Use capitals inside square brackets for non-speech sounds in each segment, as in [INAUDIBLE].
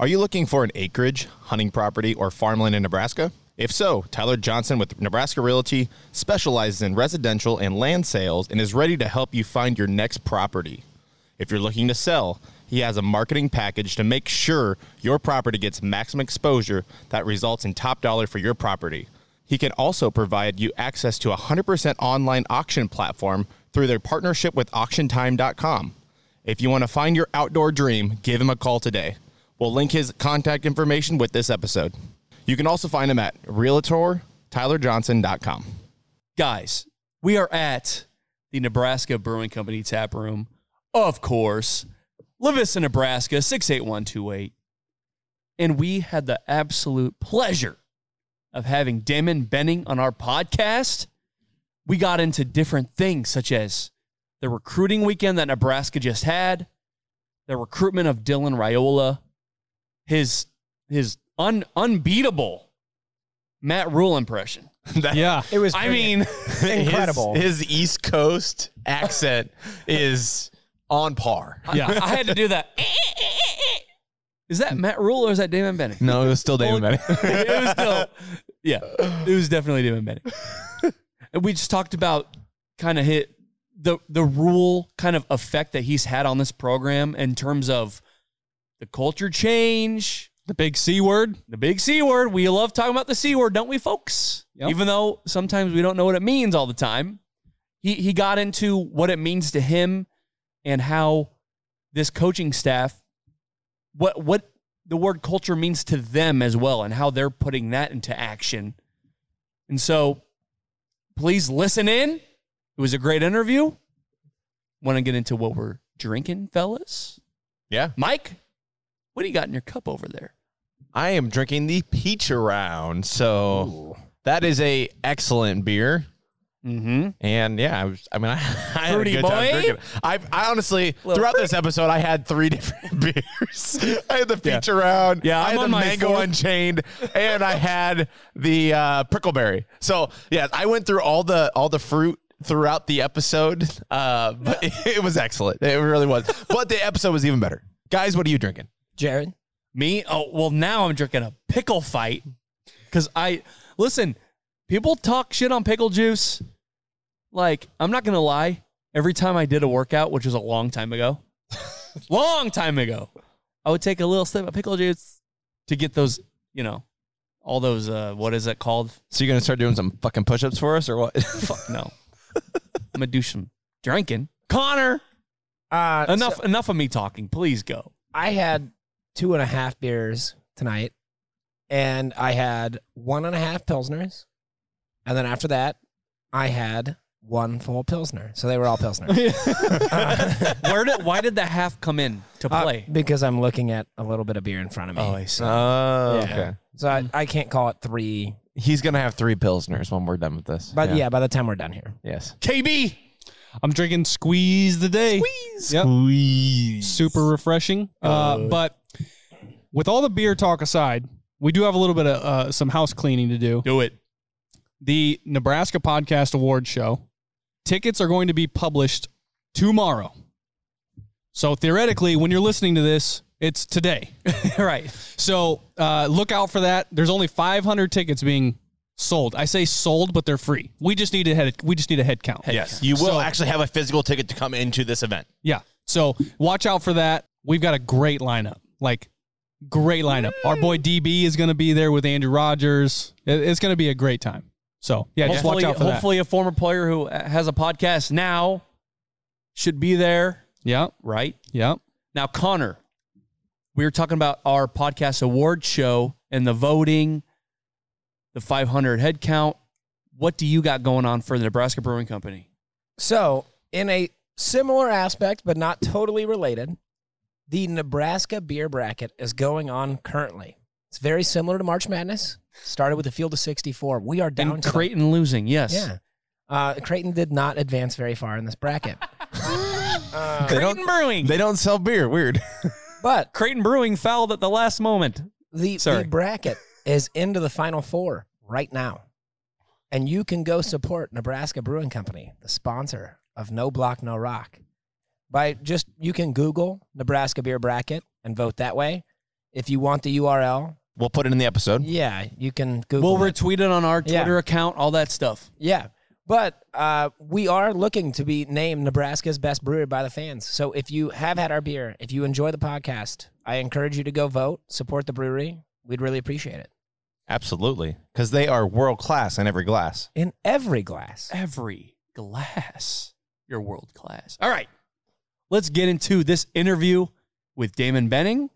Are you looking for an acreage, hunting property, or farmland in Nebraska? If so, Tyler Johnson with Nebraska Realty specializes in residential and land sales and is ready to help you find your next property. If you're looking to sell, he has a marketing package to make sure your property gets maximum exposure that results in top dollar for your property. He can also provide you access to a 100% online auction platform through their partnership with auctiontime.com. If you want to find your outdoor dream, give him a call today. We'll link his contact information with this episode. You can also find him at realtortylerjohnson.com. guys, we are at the Nebraska Brewing Company tap room, of course, Livissa, Nebraska, 68128. And we had the absolute pleasure of having Damon Benning on our podcast. We got into different things, such as the recruiting weekend that Nebraska just had, the recruitment of Dylan Raiola, his his un, unbeatable Matt Rule impression. [LAUGHS] Yeah. It was I brilliant. [LAUGHS] mean, incredible. His, his East Coast accent [LAUGHS] is on par. Yeah. I had to do that. Is that Matt Rule or is that Damon [LAUGHS] Bennett? No, it was still Damon Benny. [LAUGHS] it was still, yeah, it was definitely Damon [LAUGHS] Bennett. And we just talked about kind of hit the the rule kind of effect that he's had on this program in terms of the culture change, The big C word. the big C word. We love talking about the C word, don't we, folks? Yep. Even though sometimes we don't know what it means all the time. He he got into what it means to him and how this coaching staff what what the word culture means to them as well and how they're putting that into action. And so please listen in. It was a great interview. Want to get into what we're drinking, fellas? Yeah. Mike, what do you got in your cup over there? I am drinking the peach around. So that is a excellent beer. Mm-hmm. And yeah, I, was, I mean, [LAUGHS] I, I had a Fruity good time boy? drinking. I, I honestly, Little throughout this episode, I had three [LAUGHS] different beers. [LAUGHS] I had the peach around. Yeah, I I'm had the on my mango fourth. unchained, and I had the uh, prickleberry. So yeah, I went through all the all the fruit throughout the episode. Uh, but [LAUGHS] it, was excellent. It really was. But the episode was even better. Guys, what are you drinking? Jared. Me? Oh, well, now I'm drinking a pickle fight because I listen. People talk shit on pickle juice. Like, I'm not gonna lie. Every time I did a workout, which was a long time ago, [LAUGHS] long time ago, I would take a little sip of pickle juice to get those, you know, all those. Uh, what is it called? So you're gonna start doing some fucking push-ups for us, or what? [LAUGHS] Fuck no. I'm gonna do some drinking. Connor, Uh, so enough, enough of me talking. Please go. I had two and a half beers tonight, and I had one and a half pilsners, and then after that, I had one full pilsner. So they were all pilsners. [LAUGHS] Where did? Why did the half come in to Uh, play? because I'm looking at a little bit of beer in front of me. see. oh, Yeah. So I, I can't call it three, He's gonna have three pilsners when we're done with this. but yeah. by the time we're done here, yes. KB. I'm drinking squeeze the day. Squeeze. Yep. Super refreshing. Uh, but with all the beer talk aside, we do have a little bit of uh, some house cleaning to do. Do it. The Nebraska Podcast Award Show tickets are going to be published tomorrow. So theoretically, when you're listening to this, it's [LAUGHS] today. right. So uh, look out for that. There's only 500 tickets being sold. I say sold, but they're free. We just need a head. We just need a head count. Yes. You will So- actually have a physical ticket to come into this event. Yeah. So watch out for that. We've got a great lineup. Like great lineup. Our boy DB is going to be there with Andrew Rogers. It- It's going to be a great time. So yeah, just hopefully, watch out for hopefully a former player who uh, has a podcast now should be there. that. Yeah. Right Yeah. now, Connor, we were talking about our podcast award show and the voting, the 500 head count. What do you got going on for the Nebraska Brewing Company? So, in a similar aspect, but not totally related, the Nebraska beer bracket is going on currently. It's very similar to March Madness. Started with a field of 64. We are down and to the- Creighton losing, yes. Yeah. Uh, Creighton did not advance very far in this bracket. [LAUGHS] They Creighton don't. Brewing. They don't sell beer. Weird. [LAUGHS] But Creighton Brewing fouled at the last moment. the, Sorry. the bracket is into the final four right now. And you can go support Nebraska Brewing Company, the sponsor of No Block, No Rock. By just, you can Google Nebraska Beer Bracket and vote that way. If you want the URL, We'll put it in the episode. yeah, you can Google We'll it. retweet it on our Yeah. Twitter account, all that stuff. Yeah. But uh, we are looking to be named Nebraska's best brewery by the fans. So if you have had our beer, if you enjoy the podcast, I encourage you to go vote, support the brewery. We'd really appreciate it. Absolutely. Because they are world class in every glass. In every glass. Every glass, you're world class. All right, let's get into this interview with Damon Benning.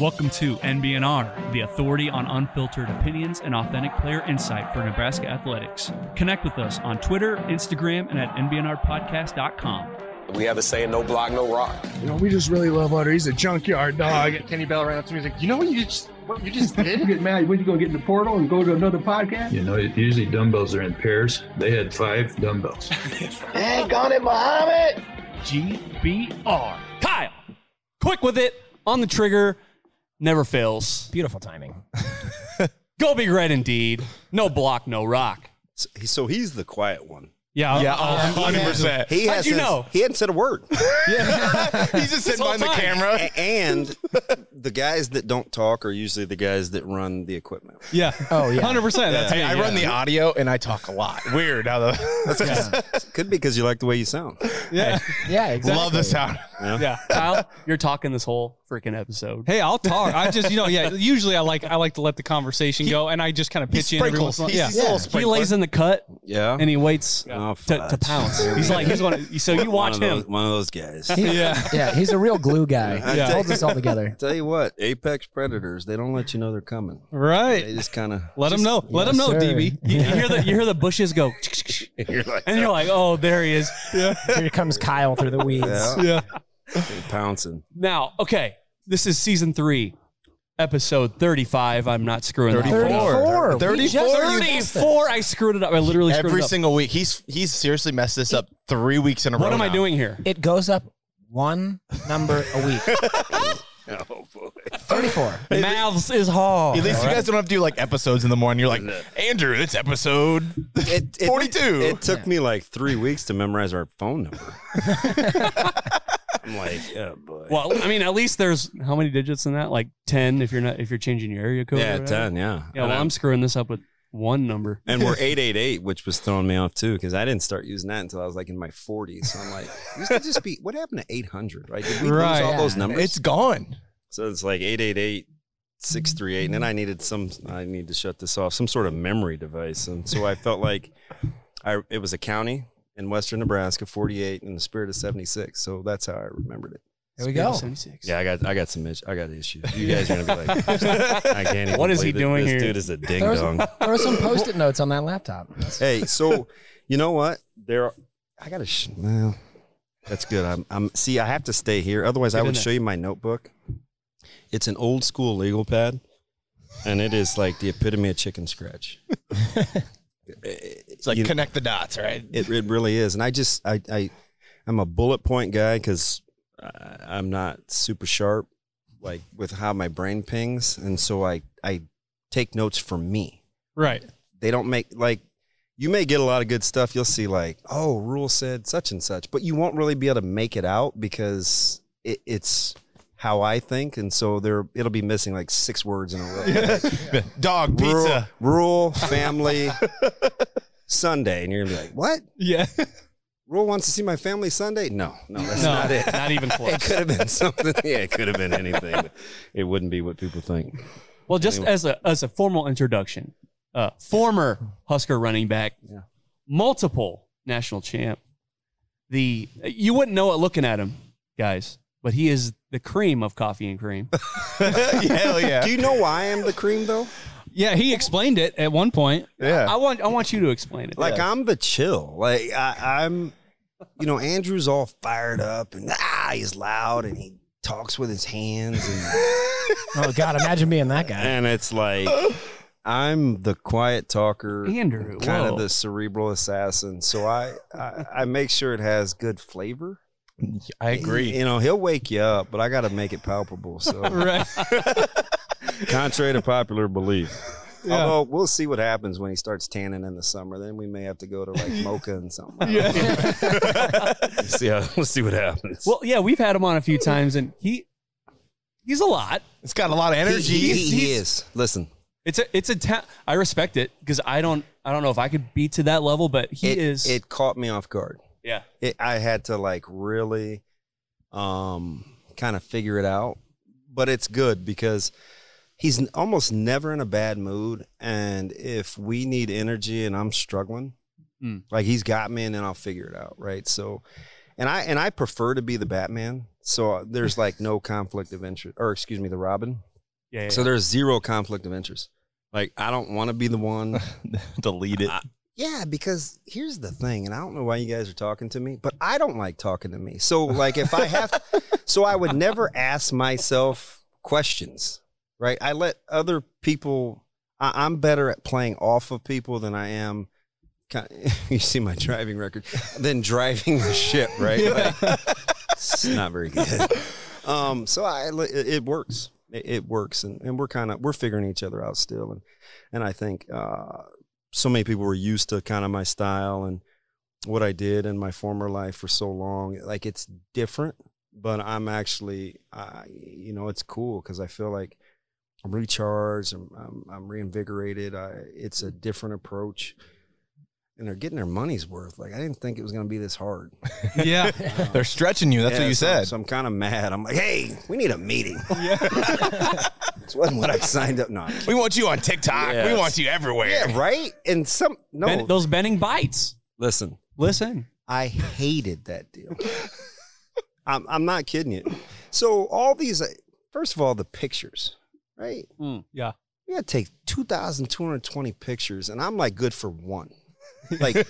Welcome to NBNR, the authority on unfiltered opinions and authentic player insight for Nebraska athletics. Connect with us on Twitter, Instagram, and at NBNRpodcast.com. We have a saying, no block, no rock. You know, we just really love Otter. He's a junkyard dog. Kenny Bell ran up to me. He's like, "You know what you just what you [LAUGHS] just did? get mad when you go get in the portal and go to another podcast? You know, usually dumbbells are in pairs. They had five dumbbells. GBR. Kyle! Quick with it, on the trigger, never fails. Beautiful timing. [LAUGHS] Go be red indeed. No block, no rock. So, he- so he's the quiet one. Yeah. Yeah, 100%. He How'd hasn't, you know? He hadn't said a word. He's just sitting whole behind the time. camera. [LAUGHS] A- and [LAUGHS] the guys that don't talk are usually the guys that run the equipment. Yeah. Oh yeah. Hundred percent. That's Hey, me, I run yeah. the audio and I talk a lot. [LAUGHS] Weird how the Could be because you like the way you sound. Yeah, exactly. love the sound. Yeah. Kyle, you're talking this whole freaking episode. Hey, I'll talk. I just, you know, yeah. Usually, I like I like to let the conversation go, and I just kind of pitch in. Every once in a while. He's- Yeah. he's a little He sprinkler. lays in the cut Yeah. and he waits Oh, to, to fudge. pounce. There we He's go. like, he's one of, so you watch one of him. Those, one of those guys. Yeah. Yeah, he's a real glue [LAUGHS] guy. Yeah. Holds us all together. Tell you what, apex predators, they don't let you know they're coming. They Right. just kind of. Let him know. Let him know, sir. DB. You, you hear the you hear the bushes go, You're like, and you're [LAUGHS] like, oh, [LAUGHS] there he is. [LAUGHS] Here comes Kyle through the weeds. yeah, Yeah. "Oh." they're pouncing. Now, okay, this is season three, episode thirty-five. I'm not screwing that up. 34. 34. Thirty-four. I screwed it up. I literally screwed Every it up. single week. He's he's seriously messed this up three weeks in a row. What am I now. doing here? It goes up one number a [LAUGHS] week. Oh, boy. 34. Mouths is hard. At least you guys don't have to do like episodes in the morning. You're like, Andrew, it's episode. It, [LAUGHS] it- 42. It took me like three weeks to memorize our [LAUGHS] phone number. I'm like, oh, boy. Well, I mean, at least there's how many digits in that? Like ten, if you're not if you're changing your area code. or yeah, whatever. 10, yeah. Yeah, well, I'm screwing this up with one number. And [LAUGHS] we're 888, which was throwing me off too, because I didn't start used that until I was like in my 40s. So I'm like, used to just be, what happened to 800, right? Did we lose Right. all those numbers? It's gone. so it's like 888, 638. And then I needed some, I need to shut this off, some sort of memory device. And so I felt like I, it was a county in Western Nebraska, 48, in the spirit of 76. So that's how I remembered it. There we go. 76. Yeah, I got, I got some, is- I got issues. You guys are [LAUGHS] going to be like, I can't even What is he believe it. doing this here? dude is a ding There was, dong. there were some post-it notes on that laptop. hey, so you know what? There, are, I gotta. Sh- well, that's good. I'm, I'm. See, I have to stay here. Otherwise, I Get in would there. show you my notebook. It's an old school legal pad, and it is like the epitome of chicken scratch. It's like You- connect the dots, right? [LAUGHS] It, it really is, and I just, I, I, I'm a bullet point guy because I'm not super sharp, like with how my brain pings, and so I, I take notes for me. Right. they don't make like you may get a lot of good stuff you'll see like oh rule said such and such but you won't really be able to make it out because it, it's how i think and so there it'll be missing like six words in a row Dog pizza. Rural, rural family [LAUGHS] sunday and you're gonna be like what Yeah. rule wants to see my family sunday no no that's [LAUGHS] No. not it Not even close. it could have been something [LAUGHS] yeah it could have been anything but it wouldn't be what people think Well, just as a as a formal introduction, uh, former Husker running back, multiple national champ. The you wouldn't know it looking at him, guys, but he is the cream of coffee and cream. Hell yeah. do you know why i'm the cream though [LAUGHS] Yeah. He explained it at one point. Yeah. I want I want you to explain it. Like I'm the chill. Like I, I'm, you know, Andrew's all fired up and ah, he's loud and he talks with his hands and [LAUGHS] Oh, God, imagine being that guy. and it's like I'm the quiet talker, Andrew, kind whoa. of the cerebral assassin. So I, I, I make sure it has good flavor. I agree. You know, he'll wake you up, but I got to make it palpable. [LAUGHS] So Right. contrary to popular belief. Yeah. Although we'll see what happens when he starts tanning in the summer, then we may have to go to like mocha and something. [LAUGHS] Yeah. Let's see, how, let's see what happens. Well, yeah, we've had him on a few times, and he He's a lot. It's got a lot of He, he- he is. Listen, It's a it's a ta- I respect it because I don't I don't know if I could be to that level, but he it, is. It caught me off guard. yeah. It, I had to like really, um, kind of figure it out. But it's good because he's n- almost never in a bad mood, and if we need energy and I'm struggling, Mm. like he's got me, and then I'll figure it out, right? So, and I and I prefer to be the Batman. So there's like no conflict of interest, or excuse me, the Robin. Yeah. yeah, So yeah. there's zero conflict of interest. Like I don't want to be the one. [LAUGHS] Delete it. yeah, because here's the thing, and I don't know why you guys are talking to me, but I don't like talking to me. So like if I have, so I would never ask myself questions, right? I let other people. I, I'm better at playing off of people than I am. ki- [LAUGHS] You see my driving record, than driving the ship, right? Like, it's not very good. Um, so I, it, it works. It, it works, and, and we're kind of we're figuring each other out still, and and I think uh, so many people were used to kind of my style and what I did in my former life for so long. Like it's different, but I'm actually, I you know, it's cool because I feel like I'm recharged, I'm, I'm, I'm reinvigorated. I, it's a different approach. And they're getting their money's worth. Like I didn't think it was going to be this hard. [LAUGHS] Yeah. They're stretching you. That's Yeah, what you so- said. So I'm kind of mad. I'm like, hey, we need [LAUGHS] a meeting. [LAUGHS] this wasn't what I signed up. No, I'm kidding. we want you on TikTok. Yeah. We want you everywhere. yeah, right. And some [LAUGHS] no. Ben- those bending bites. Listen, Listen. I hated that deal. [LAUGHS] I'm, I'm not kidding you. So all these, uh, first of all, the pictures, right? yeah. We gotta take 2,220 pictures, and I'm like good for one. [LAUGHS] Like,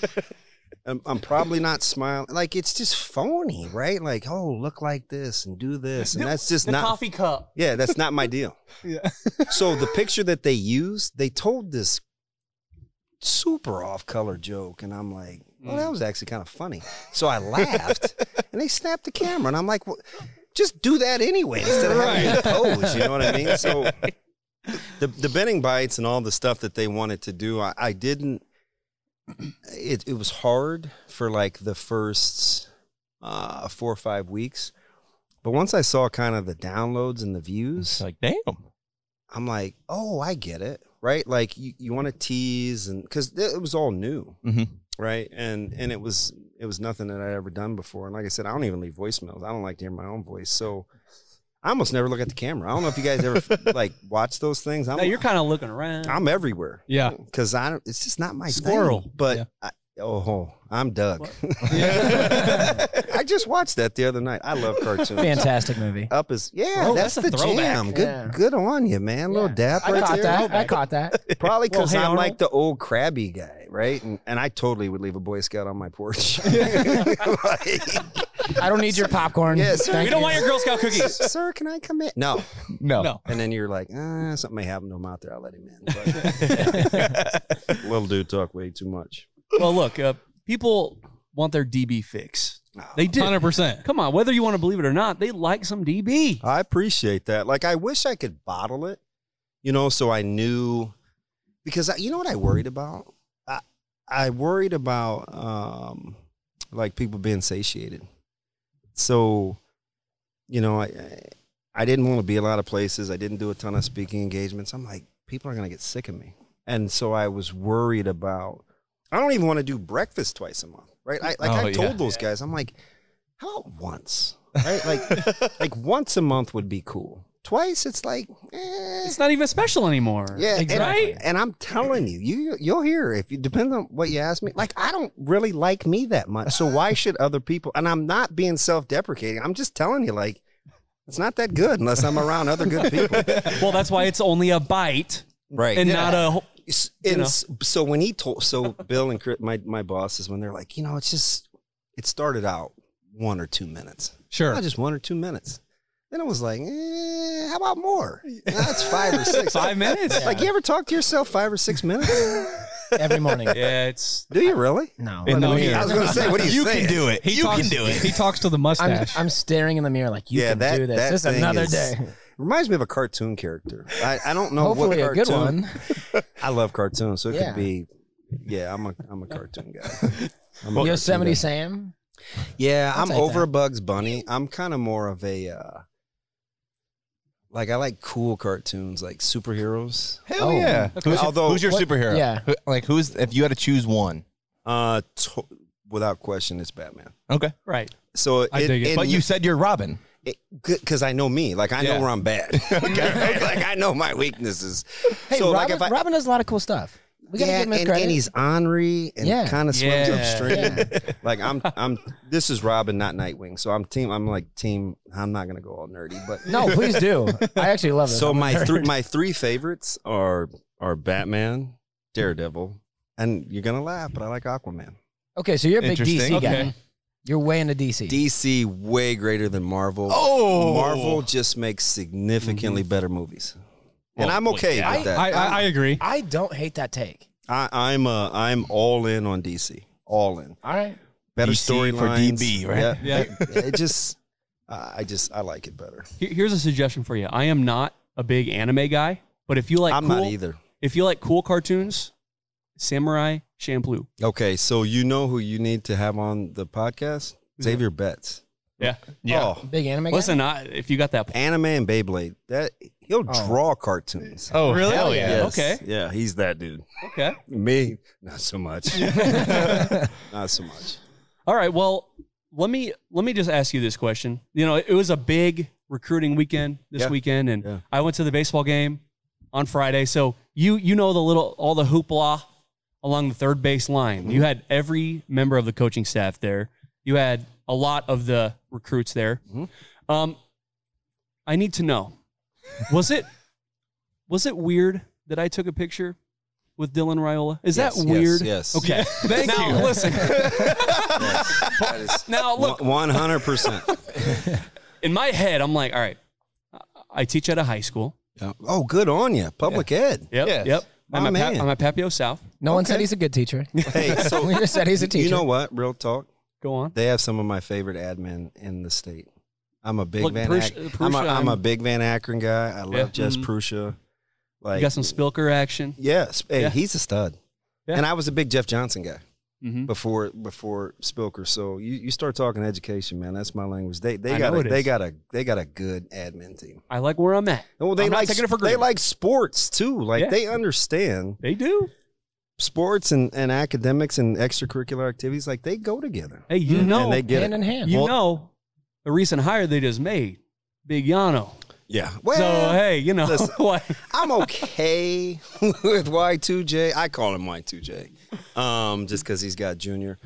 I'm, I'm probably not smiling. Like, it's just phony, right? Like, oh, look like this and do this, and that's just not. cup. Yeah, that's not my deal. Yeah. so the picture that they used, they told this super off color joke, and I'm like, well, that was actually kind of funny. So I laughed, and they snapped the camera, and I'm like, well, just do that anyway instead of having to pose. You know what I mean? So the the betting bites and all the stuff that they wanted to do, I, I didn't. It it was hard for like the first uh, four or five weeks, but once I saw kind of the downloads and the views, It's like, damn. I'm like, oh, I get it, right? Like you, you want to tease and because it was all new, Mhm. right? And and it was it was nothing that I'd ever done before. And like I said, I don't even leave voicemails. I don't like to hear my own voice, so I almost never look at the camera. I don't know if you guys ever [LAUGHS] like watch those things. I'm No, you're kind of looking around. [LAUGHS] I'm everywhere Yeah. because I don't. It's just not my thing. Squirrel. But Yeah. I, oh, I'm Doug. [LAUGHS] I just watched that the other night. I love cartoons. Fantastic movie. Up is yeah, Oh, that's, that's a the throwback. jam. Good, Yeah. good on you, man. Little dap I right caught there. that. I caught that. Probably Well, because hey, I'm Arnold. like the old crabby guy, right? And, and I totally would leave a Boy Scout on [LAUGHS] my porch. [LAUGHS] [LAUGHS] Like, I don't need your popcorn. Yeah, sir. Thank we don't you. want your Girl Scout [LAUGHS] cookies. Sir, can I come in? No. No. No. And then you're like, ah, something may happen to him out there. I'll let him in. [LAUGHS] [LAUGHS] But, [LAUGHS] little dude talk way too much. well, look, uh, people want their DB fix. They did. 100%. Come on, whether you want to believe it or not, they like some DB. I appreciate that. Like, I wish I could bottle it, you know, so I knew because I, you know what I worried about? I, I worried about um, like people being satiated. So, you know, I, I- I didn't want to be a lot of places. I didn't do a ton of speaking engagements. I'm like, people are going to get sick of me. And so I was worried about, I don't even want to do breakfast twice a month, right? I, like, Oh, I yeah. told those guys, I'm like, how about once? Right? [LAUGHS] Like, like once a month would be cool. Twice, it's like, eh. It's not even special anymore. Yeah, and- Right? And, I'm telling you, you you'll hear if you depends on what you ask me. Like I don't really like me that much, so [LAUGHS] why should other people? And I'm not being self deprecating. I'm just telling you, like it's not that good unless I'm around other [LAUGHS] good people, Well, that's why it's only a bite right? and not a. whole- S- you and know. s- so when he told so bill and Chris, my, my bosses when they're like you know it's just it started out one or two minutes Sure. not just one or two minutes then it was like eh, how [LAUGHS] about more that's five or six Five minutes? like you ever talk to yourself five or six minutes every [LAUGHS] morning. Yeah, it's. do you really No. In the I, mirror. I was gonna say what do you, You saying? can do it. He you talks, can do it. He talks to the I'm, mustache. I'm staring in the mirror like, you Yeah, can that- do this. that This is thing another is- day. reminds me of a cartoon character i, I don't know Hopefully what a good cartoon. one. i love cartoons so it Yeah. could be yeah i'm a i'm a cartoon [LAUGHS] guy I'm a cartoon Yosemite guy. Sam. Yeah, I'll I'm take over that. Bugs Bunny. I'm kind of more of a uh like I like cool cartoons, like superheroes. Hell yeah. Who's, who's your superhero? Who- like who's if you had to choose one? Uh, to- without question, it's Batman. Okay. Right. So, I dig it. But you said you're Robin. Because I know me. Like, I know Yeah. where I'm bad. [LAUGHS] like, I know my weaknesses. Hey, so, Robin, like, if I. Robin does a lot of cool stuff. We gotta yeah, give him his and, credit. and he's ornery and Yeah. kind of swims Yeah. upstream. [LAUGHS] like I'm, I'm. This is Robin, not Nightwing. So I'm team. I'm like team. I'm not gonna go all nerdy, [LAUGHS] but no, please [LAUGHS] do. I actually love it. So I'm a my nerd. three my three favorites are are Batman, Daredevil, and you're gonna laugh, but I like Aquaman. Okay, so you're a big DC Interesting. guy. You're way into DC. DC way greater than Marvel. Oh! Marvel just makes significantly better movies, and Well, I'm okay Oh, yeah. with that. I, I, I agree. I don't hate that take. I, I'm uh, I'm all in on DC. All in. All right. Better DC story for DB, right? Yeah. It, it just, I I just I like it better. Here- Here's a suggestion for you. I am not a big anime guy, but if you like I'm cool, not either. if you like cool cartoons, Samurai Champloo. Okay, so you know who you need to have on the podcast? Xavier Betts. Yeah. Yeah. Big anime guy. Listen, I, if you got that, anime and Beyblade. That he'll Oh. draw cartoons. Oh, really? Hell yeah. Yes. okay. Yeah, he's that dude. okay. Me, not [LAUGHS] so much. not so much. All right. Well, let me let me just ask you this question. You know, it was a big recruiting weekend this Yeah. weekend, and Yeah. I went to the baseball game on Friday. So you you know the little all the hoopla along the third base line. You had every member of the coaching staff there. You had a lot of the recruits there. Mm-hmm. Um, I need to know was it was it weird that I took a picture with Dylan Raiola? Is Yes, that yes, weird? yes. Okay. Thank now, you. Listen. That [LAUGHS] is Now look. one [LAUGHS] hundred percent. in my head, I'm like, all right, I teach at a high school. Oh, good on you, public ed. Yep. Yes. Yep. I'm My at, man. I'm at Papio South. no one said he's a good teacher. [LAUGHS] Hey, [LAUGHS] [LAUGHS] so we just said he's a teacher. you know what? Real talk. Go on. They have some of my favorite admin in the state. I'm a big Look, Van. Prush- Ac- Prusha, I'm, a, I'm a I'm- big Van Akron guy. I love Yeah. Jess Mhm. Prusha. Like You got some Spilker action. Yes, hey, Yeah. he's a stud. Yeah. And I was a big Jeff Johnson guy Mhm. before before Spilker. So you, you start talking education, man. That's my language. They they I got know a, it they is. got a they got a good admin team. I like where I'm at. Well, they I'm not like taking it for they granted. like sports too. Like Yeah. they understand They do. sports and, and academics and extracurricular activities. Like they go together. Hey, you know, and they get hand it. in hand. you Well- know, the recent hire they just made, Big Yano. Yeah. Well, so uh, [LAUGHS] hey, you know, Eh. listen. what? I'm okay with Y2J. I call him Y2J, um, just because he's got junior.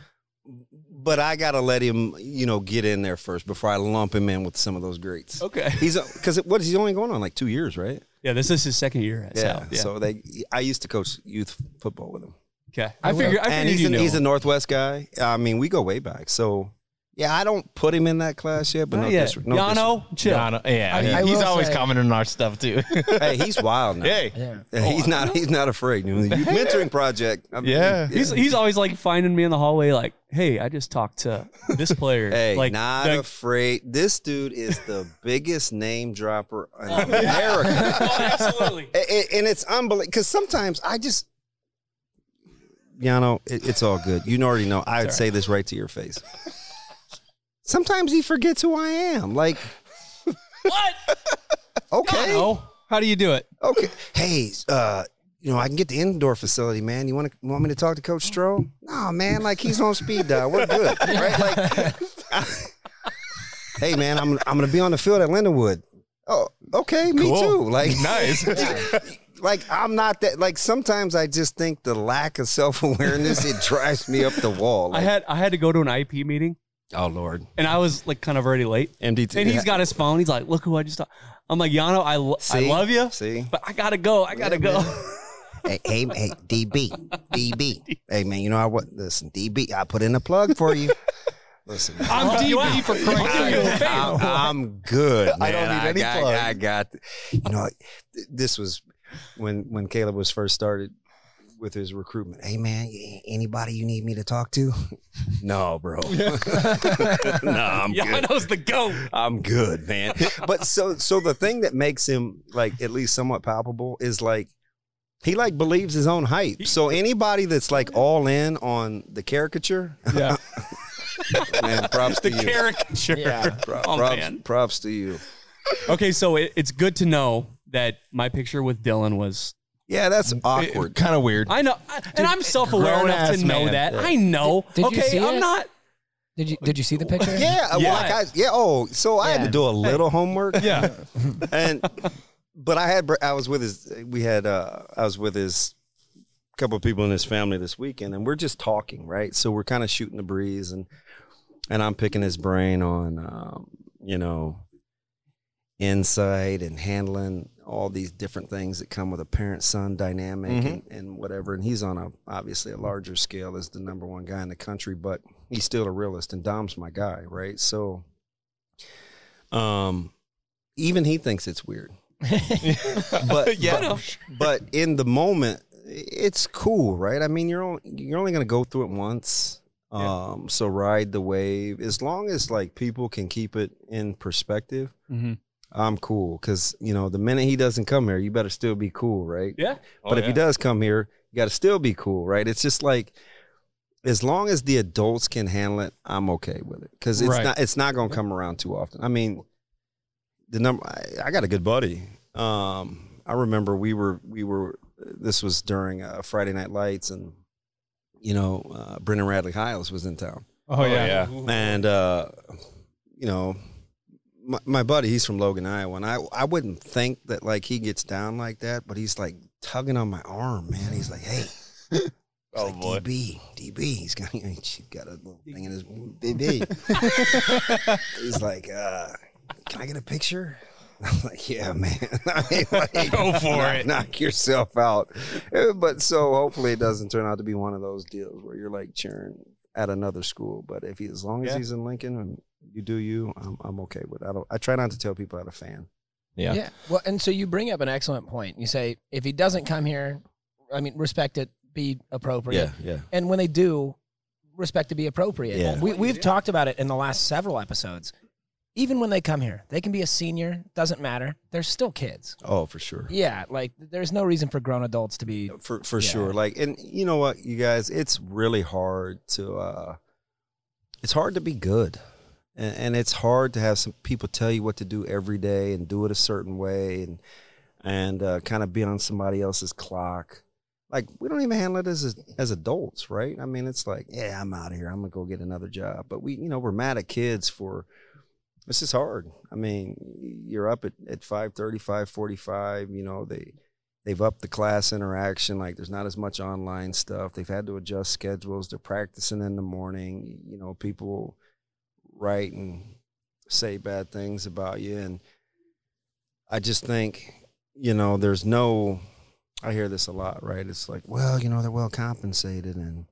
But I gotta let him, you know, get in there first before I lump him in with some of those greats. Okay. He's because what is he only going on like two years, right? yeah, this is his second year at South. Yeah. So they, I used to coach youth football with him, okay. I figured. I and figured he's you an, know. he's a Northwest guy. I mean, we go way back. So yeah, I don't put him in that class yet, but Not no, yet. dis- no Yano, chill. Yeah, yeah. he- I he's will always say- commenting on our stuff too. dis- hey, he's wild [LAUGHS] now. hey. yeah. He's not. He's not afraid. You know, mentoring project. I mean, Yeah. He's, he's always like finding me in the hallway, like, "Hey, I just talked to this player." Hey, like, not the- afraid. This dude is [LAUGHS] the biggest name dropper in America. Oh, absolutely. A- a- and it's unbelievable because sometimes I just, Yano, it, it's all good. You already know. I would say this right to your face. Sometimes he forgets who I am. Like, [LAUGHS] what? [LAUGHS] okay, Oh, how do you do it? okay. Hey, uh, you know, I can get the indoor facility, man. You want to want me to talk to Coach Stroh? No, man. Like he's on speed dial. We're good, right? Like, [LAUGHS] hey, man, I'm I'm gonna be on the field at Lindenwood. Oh, okay, me too. Like, nice. like I'm not that. Like sometimes I just think the lack of self awareness it drives me up the wall. I Like, had I had to go to an IP meeting, oh Lord, and I was like kind of already late. uh, MDT. And he's got his phone. He's like, "Look who I just talked." I'm like, "Yano, I, lo- I See? love you, See? but I gotta go. I gotta go." [LAUGHS] hey, hey, hey, DB, DB. Hey, man, you know I what? Listen, DB, I put in a plug for you. Listen, man. I'm you DB out. for Christ's I'll do you a sake. favor. I'm, I'm good. [LAUGHS] Man. I don't need any got, plug. I got. You know, th- this was when when Caleb was first started with his recruitment. Hey, man, y- anybody you need me to talk to? [LAUGHS] [LAUGHS] no, bro. [LAUGHS] no, I'm good. Yano's the goat. I'm good, man. but so so the thing that makes him like at least somewhat palpable is like he like believes his own hype. So anybody that's like all in on the caricature, Yeah. [LAUGHS] man, props The to you. caricature. Yeah. Pro- Oh, props, man. props to you. Okay, so it, it's good to know that my picture with Dylan was. Yeah, that's awkward. Kind of weird. I know, I- and I'm self-aware enough grown-ass to know man. that. I know. Did you okay, see I'm it? not. Did you did you see the picture? Yeah, well, Yeah. like I, yeah. Oh, so I had Yeah. to do a little homework. Yeah. [LAUGHS] and but I had I was with his we had uh I was with his couple of people in his family this weekend and we're just talking right so we're kind of shooting the breeze and and I'm picking his brain on um, you know insight and handling all these different things that come with a parent son dynamic and, and whatever and he's on a obviously a larger scale as the number one guy in the country but he's still a realist and Dom's my guy right so um even he thinks it's weird. but but, but in the moment, it's cool, right? I mean, you're only, you're only going to go through it once. Um, so ride the wave. As long as like people can keep it in perspective, Mhm. I'm cool. Cause you know, the minute he doesn't come here, you better still be cool, right? Yeah. But if he does come here, you got to still be cool, right? It's just like as long as the adults can handle it, I'm okay with it because it's Right. not it's not going to come around too often. I mean, the number I, I got a good buddy. Um, I remember we were we were this was during uh, Friday Night Lights and you know uh, Brendan Radley Hiles was in town Oh, yeah. and uh, you know my, my buddy he's from logan iowa and I, I wouldn't think that like he gets down like that but he's like tugging on my arm man he's [LAUGHS] like hey Oh boy, DB, DB. He's got [LAUGHS] he's got a little thing in [LAUGHS] his DB. he's like, uh, "Can I get a picture?" [LAUGHS] I'm like, "Yeah, man. [LAUGHS] I mean, [LAUGHS] like, Go for knock, it. Knock yourself out." Uh, But so hopefully it doesn't turn out to be one of those deals where you're like cheering at another school. But if he, as long as Yeah. he's in Lincoln and you do you, I'm, I'm okay with. It. I don't. I try not to tell people I'm a fan. Yeah. Yeah. Well, and so you bring up an excellent point. You say if he doesn't come here, I mean, respect it, be appropriate. yeah. And when they do, respect to be appropriate. Yeah. We, we've talked about it in the last several episodes. Even when they come here, they can be a senior, doesn't matter. They're still kids. Oh, for sure. Yeah, like there's no reason for grown adults to be. for for Yeah. sure like and you know what you guys it's really hard to uh it's hard to be good and, and it's hard to have some people tell you what to do every day and do it a certain way and and uh, kind of be on somebody else's clock like we don't even handle it as as adults right i mean it's like yeah i'm out of here i'm gonna go get another job but we you know we're mad at kids for this is hard i mean you're up at, at 5.30 5.45 you know they they've upped the class interaction like there's not as much online stuff they've had to adjust schedules they're practicing in the morning you know people write and say bad things about you and i just think you know there's no i hear this a lot right it's like well you know they're well compensated and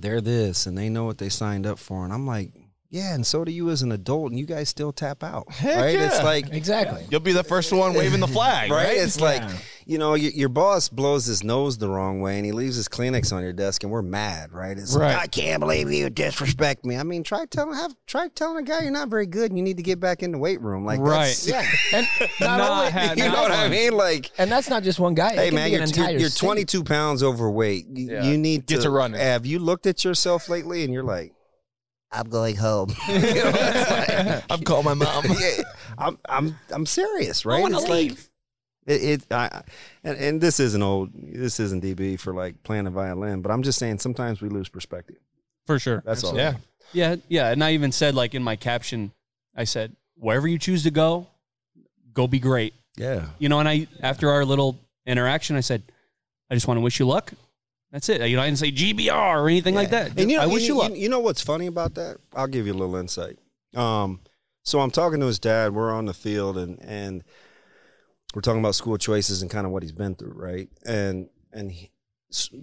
they're this and they know what they signed up for and i'm like yeah and so do you as an adult and you guys still tap out right it's yeah. like Exactly. You'll be the first one waving the flag, right? right? It's like, you know, your, your boss blows his nose the wrong way and he leaves his Kleenex on your desk and we're mad, right? It's Right. like, I can't believe you disrespect me. I mean, try telling have try telling a guy you're not very good and you need to get back in the weight room. Like that's- Right. And not Not only, had- [LAUGHS] You not know what I one. mean? Like and that's not just one guy. It Hey can man, be an you're, entire you're, you're state. 22 pounds overweight. You, Yeah. you need Get to running. Have you looked at yourself lately? And you're like, I'm going home. [LAUGHS] You know, [LAUGHS] it's like- I'm calling my mom. [LAUGHS] yeah, I'm I'm I'm serious, right? wanna it's leave. like it, it I I- and, and this isn't old this isn't DB for like playing a violin, but I'm just saying sometimes we lose perspective. For sure. That's all. yeah. Yeah, yeah. And I even said, like in my caption, I said, wherever you choose to go, go be great. Yeah. You know, and I after our little interaction, I said, I just want to wish you luck. That's it. You know, I didn't say GBR or anything like that. And you know, I wish and you, luck. You know what's funny about that? I'll give you a little insight. Um, so I'm talking to his dad. We're on the field, and and we're talking about school choices and kind of what he's been through, right? And and he, so,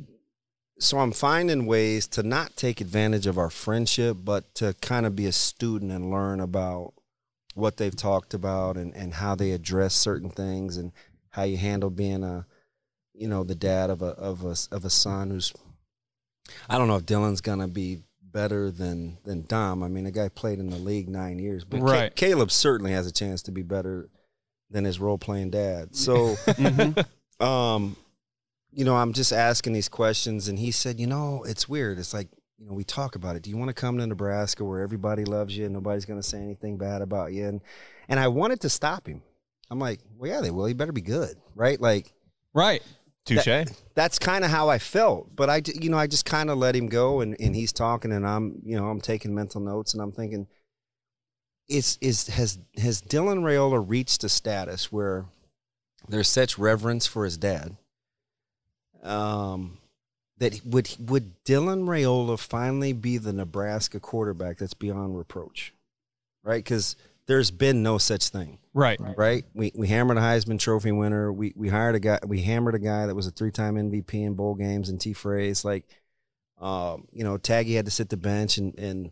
so I'm finding ways to not take advantage of our friendship, but to kind of be a student and learn about what they've talked about and and how they address certain things and how you handle being a you know the dad of a of a of a son who's I don't know if Dylan's gonna be better than than Dom. I mean, the guy played in the league nine years, but Ca- Right. Caleb certainly has a chance to be better than his role playing dad. So, um, you know, I'm just asking these questions, and he said, you know, it's weird. It's like you know, we talk about it. Do you want to come to Nebraska where everybody loves you and nobody's gonna say anything bad about you? And And I wanted to stop him. I'm like, well, yeah, they will. He better be good, right? Like, right. Touche. that's kind of how I felt, but I, d- you know, I just kind of let him go, and, and he's talking, and I'm, you know, I'm taking mental notes, and I'm thinking, is is has has Dylan Rayola reached a status where there's such reverence for his dad, um, that would would Dylan Rayola finally be the Nebraska quarterback that's beyond reproach, right? Because there's been no such thing. Right. Right. We we hammered a Heisman Trophy winner. We we hired a guy. We hammered a guy that was a three time MVP in bowl games and T phrase like, um, you know, Taggy had to sit the bench and and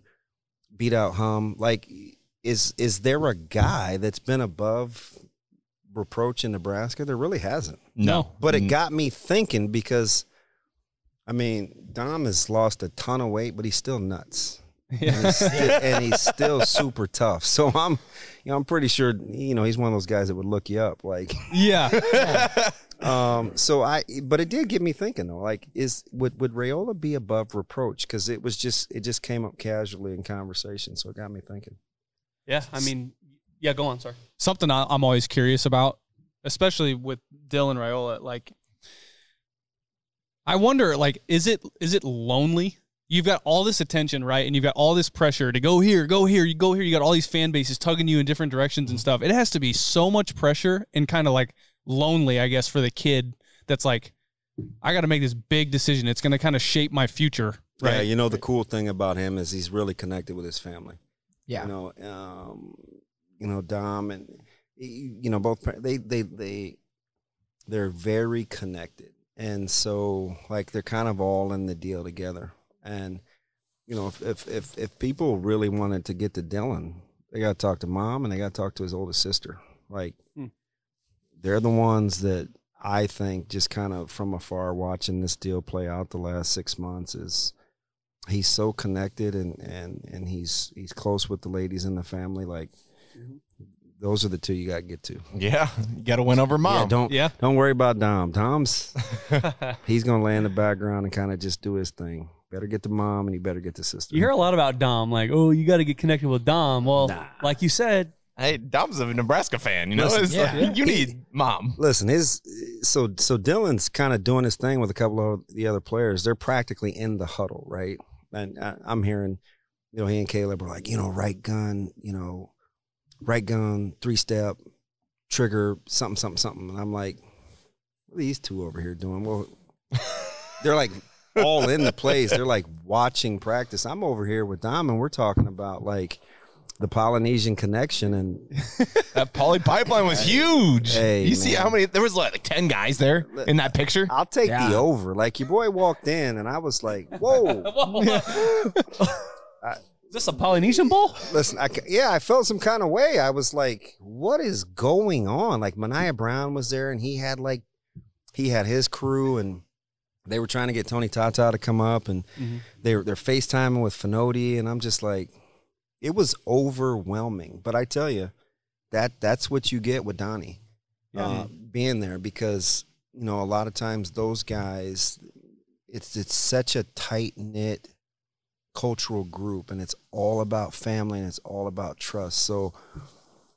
beat out Hum. Like, is is there a guy that's been above reproach in Nebraska? There really hasn't. No. But it got me thinking because, I mean, Dom has lost a ton of weight, but he's still nuts. And, he's still, and he's still super tough. So I'm, you know, I'm pretty sure, you know, he's one of those guys that would look you up. Like, yeah. um, so I, but it did get me thinking though, like, is would would Rayola be above reproach? Because it was just, it just came up casually in conversation, so it got me thinking. Yeah, I mean, yeah, go on, sorry. something I, I'm always curious about, especially with Dylan Raiola. Like, I wonder, like, is it is it lonely? You've got all this attention, right, and you've got all this pressure to go here, go here, you go here. You got all these fan bases tugging you in different directions and stuff. It has to be so much pressure and kind of like lonely, I guess, for the kid that's like, I got to make this big decision. It's going to kind of shape my future, right? Yeah, you know the cool thing about him is he's really connected with his family. Yeah. You know, um, you know Dom and you know both par- they they they they're very connected, and so like they're kind of all in the deal together. And you know, if if if, if people really wanted to get to Dylan, they got to talk to mom and they got to talk to his oldest sister. Like Hmm. they're the ones that I think just kind of from afar watching this deal play out the last six months is he's so connected and and and he's he's close with the ladies in the family. Like those are the two you got to get to. Yeah, you got to win over mom. Oh, Yeah, don't yeah. don't worry about Dom. Dom's he's gonna lay in the background and kind of just do his thing. Better get the mom and you better get the sister. You hear a lot about Dom, like, oh, you got to get connected with Dom. Well, like you said, hey, Dom's a Nebraska fan. You know, Listen, it's yeah. like, you need mom. Listen, his so so Dylan's kind of doing his thing with a couple of the other players. They're practically in the huddle, right? And I, I'm hearing, you know, he and Caleb are like, you know, right gun, you know, right gun, three step, trigger, something, something, something. And I'm like, what are these two over here doing? Well, they're like all in the plays. They're like watching practice. I'm over here with Dom, and we're talking about like the Polynesian connection and That Poly pipeline was huge. Hey, you see man. how many? There was like ten guys there in that picture. I'll take Yeah. the over. Like your boy walked in, and I was like, "Whoa!" is this a Polynesian bowl? Listen, I, ca- yeah, I felt some kind of way. I was like, "What is going on?" Like Mania Brown was there, and he had like he had his crew, and they were trying to get Tony Tata to come up, and they were they're FaceTiming with Finodi, and I'm just like, it was overwhelming. But I tell you, that that's what you get with Donnie uh, being there because you know a lot of times those guys, it's it's such a tight knit cultural group, and it's all about family and it's all about trust. So,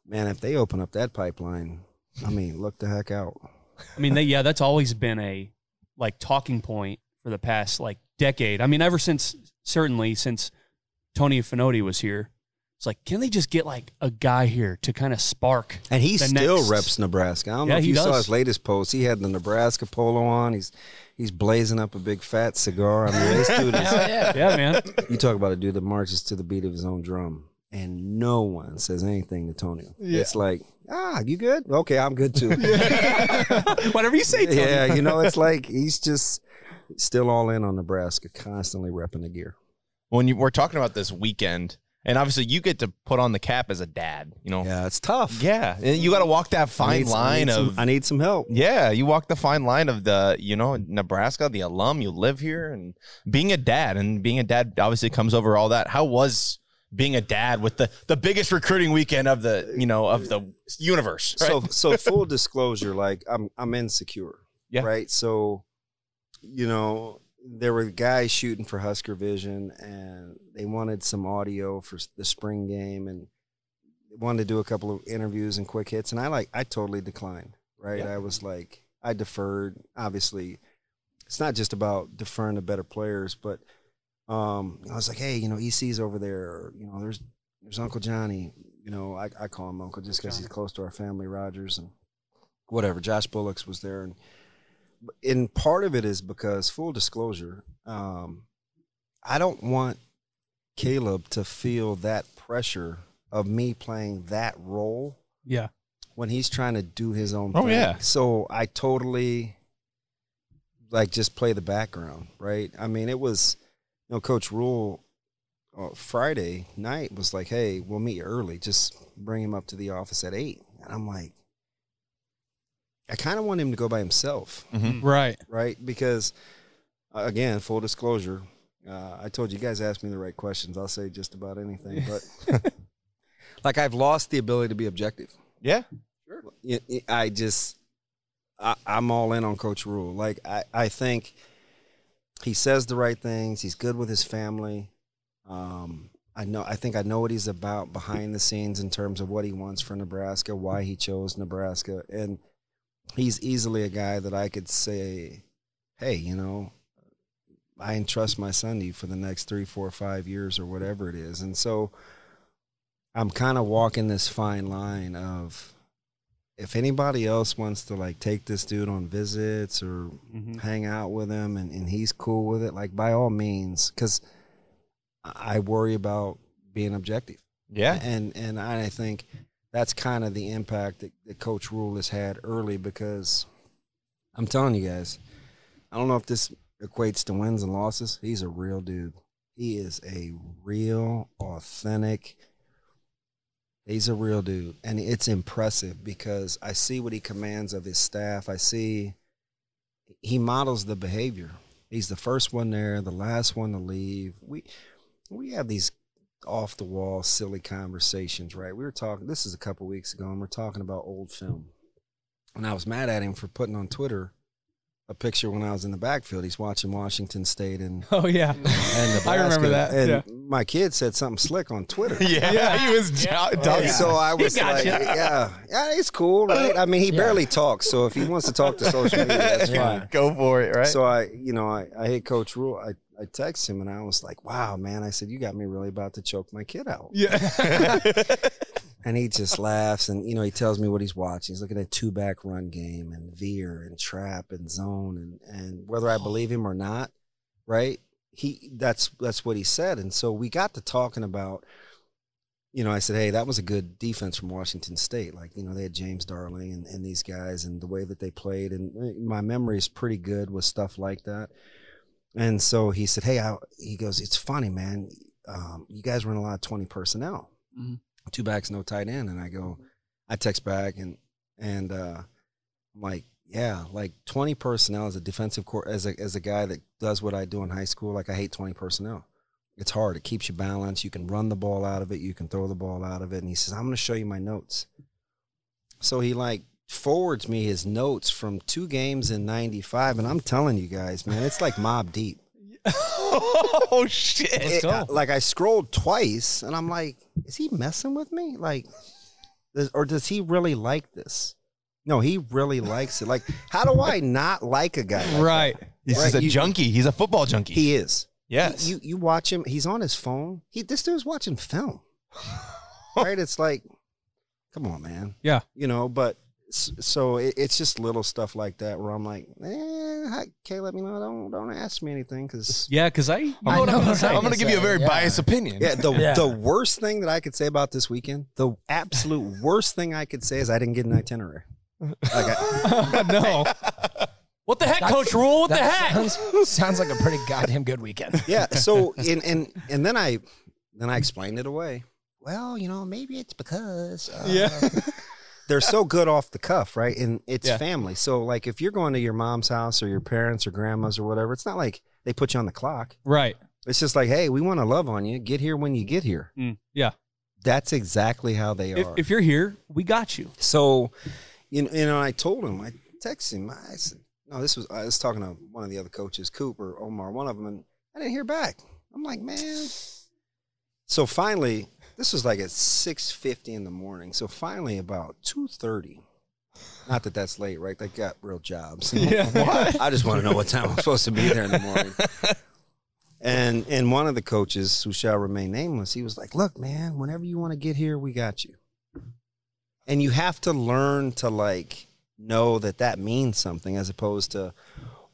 man, if they open up that pipeline, I mean, look the heck out. I mean, they, yeah, that's always been a like talking point for the past like decade. I mean, ever since certainly since Tony Finotti was here, it's like, can they just get like a guy here to kind of [LAUGHS] spark? And he the still next- reps Nebraska. I don't Yeah, know if he you saw does. his latest post. He had the Nebraska polo on. He's he's blazing up a big fat cigar. I mean, this dude is, yeah. yeah, man. you talk about a dude that marches to the beat of his own drum, and no one says anything to Tony. Yeah. It's like, ah, you good? Okay, I'm good too. [LAUGHS] Whatever you say, Tony. yeah, you know, it's like he's just still all in on Nebraska, constantly repping the gear. when you we're talking about this weekend, and obviously you get to put on the cap as a dad, you know. Yeah, it's tough. Yeah, and you got to walk that I fine need some- I line need some- of I need some help. yeah, you walk the fine line of the you know Nebraska, the alum, you live here, and being a dad, and being a dad obviously comes over all that. How was being a dad with the the biggest recruiting weekend of the you know of the universe? right? [LAUGHS] So so full disclosure, like I'm I'm insecure. Yeah. Right. So, you know, there were guys shooting for Husker Vision and they wanted some audio for s- the spring game and wanted to do a couple of interviews and quick hits, and I like I totally declined. Right, Yeah. I was like I deferred. Obviously, it's not just about deferring to better players, but um, I was like, hey, you know, EC's over there. Or, you know, there's there's Uncle Johnny. You know, I, I call him Uncle just because he's close to our family, Rogers, and whatever. Josh Bullocks was there, and and part of it is because full disclosure, um, I don't want Caleb to feel that pressure of me playing that role Yeah. when he's trying to do his own Oh, thing. yeah. So I totally like just play the background, right? I mean, it was you know coach Rule uh, Friday night was like, "Hey, we'll meet early. Just bring him up to the office at 8." And I'm like I kind of want him to go by himself. Mm-hmm. Right. Right? Because uh, again, full disclosure, uh, I told you guys ask me the right questions. I'll say just about anything, but like I've lost the ability to be objective. Yeah. Sure. I just, I, I'm all in on Coach Rule. Like, I, I think he says the right things. He's good with his family. Um, I know, I think I know what he's about behind the scenes in terms of what he wants for Nebraska, why he chose Nebraska. And he's easily a guy that I could say, hey, you know, I entrust my son to you for the next three, four, five years or whatever it is. And so I'm kind of walking this fine line of if anybody else wants to like take this dude on visits or hang out with him and, and he's cool with it, like by all means, because I I worry about being objective. Yeah. [LAUGHS] And and I think that's kind of the impact that, that Coach Rule has had early because I'm telling you guys, I don't know if this equates to wins and losses. He's a real dude. He is a real, authentic. He's a real dude. And it's impressive because I see what he commands of his staff. I see he models the behavior. He's the first one there, the last one to leave. We we have these off the wall silly conversations, right? We were talking this is a couple weeks ago and we're talking about old film. And I was mad at him for putting on Twitter a picture when I was in the backfield. He's watching Washington [LAUGHS] State and Oh yeah. and Nebraska. I remember that. And yeah. my kid said something slick on Twitter. [LAUGHS] Yeah, Yeah. he was jo- dog- And So I [LAUGHS] He was got like, you. yeah, yeah, it's cool, right? I mean, he barely talks, so if he wants to talk to [LAUGHS] social media, that's fine. Go for it, right? So I, you know, I, I hit Coach Rule. I, I text him and I was like, wow, man. I said, you got me really about to choke my kid out. Yeah. [LAUGHS] and he just laughs and, you know, he tells me what he's watching. He's looking at two back run game and veer and trap and zone. And, and whether I believe him or not, right? He, that's, that's what he said. And so we got to talking about, you know, I said, hey, that was a good defense from Washington State. Like, you know, they had James Darling and, and these guys and the way that they played. And eh, my memory is pretty good with stuff like that. And so he said, hey, I, he goes, it's funny, man. Um, you guys run a lot of 20 personnel, Mhm. two backs, no tight end. And I go, I text back and, and, uh, I'm like, yeah, like 20 personnel as a defensive core, as a, as a guy that does what I do in high school, like I hate 20 personnel it's hard. It keeps you balanced. You can run the ball out of it. You can throw the ball out of it. And he says, I'm going to show you my notes. So he like forwards me his notes from two games in 95. And I'm telling you guys, man, it's like mob deep. oh, shit. It- like I scrolled twice and I'm like, is he messing with me? Like, does, or does he really like this? No, he really likes it. Like, how do I not like a guy? like Right. that? He's Right, just a you- junkie. He's a football junkie. He is. Yes. You, you you watch him. He's on his phone. He this dude's watching film. right. It's like, come on, man. Yeah. You know, but s- so it, it's just little stuff like that where I'm like, eh, hi, Caleb, you know, don't don't ask me anything because Yeah, because I, you know I what know I'm gonna what say. I'm I'm going to give you a very Yeah. biased opinion. [LAUGHS] yeah, the Yeah. the worst thing that I could say about this weekend, the absolute worst thing I could say is I didn't get an itinerary. Like I, no. What the heck, Coach Rule? What the That [LAUGHS] heck? Sounds, sounds like a pretty goddamn good weekend. [LAUGHS] yeah, so and and and then I then I explained it away. Well, you know, maybe it's because uh, Yeah. [LAUGHS] they're so good off the cuff, right? And it's Yeah. family. So like if you're going to your mom's house or your parents or grandma's or whatever, it's not like they put you on the clock. Right. It's just like, hey, we want to love on you. Get here when you get here. Mm, yeah. That's exactly how they If, are. if you're here, we got you. So, you know, you know, I told him, I texted him, I said, no, this was, I was talking to one of the other coaches, Cooper, Omar, one of them, and I didn't hear back. I'm like, man. So finally, This was like at six fifty in the morning. So finally, about two thirty. Not that that's late, right? They got real jobs. Yeah. What? I just want to know [LAUGHS] what time I'm supposed to be there in the morning. [LAUGHS] And and one of the coaches who shall remain nameless, he was like, "Look, man, whenever you want to get here, we got you." And you have to learn to like know that that means something, as opposed to,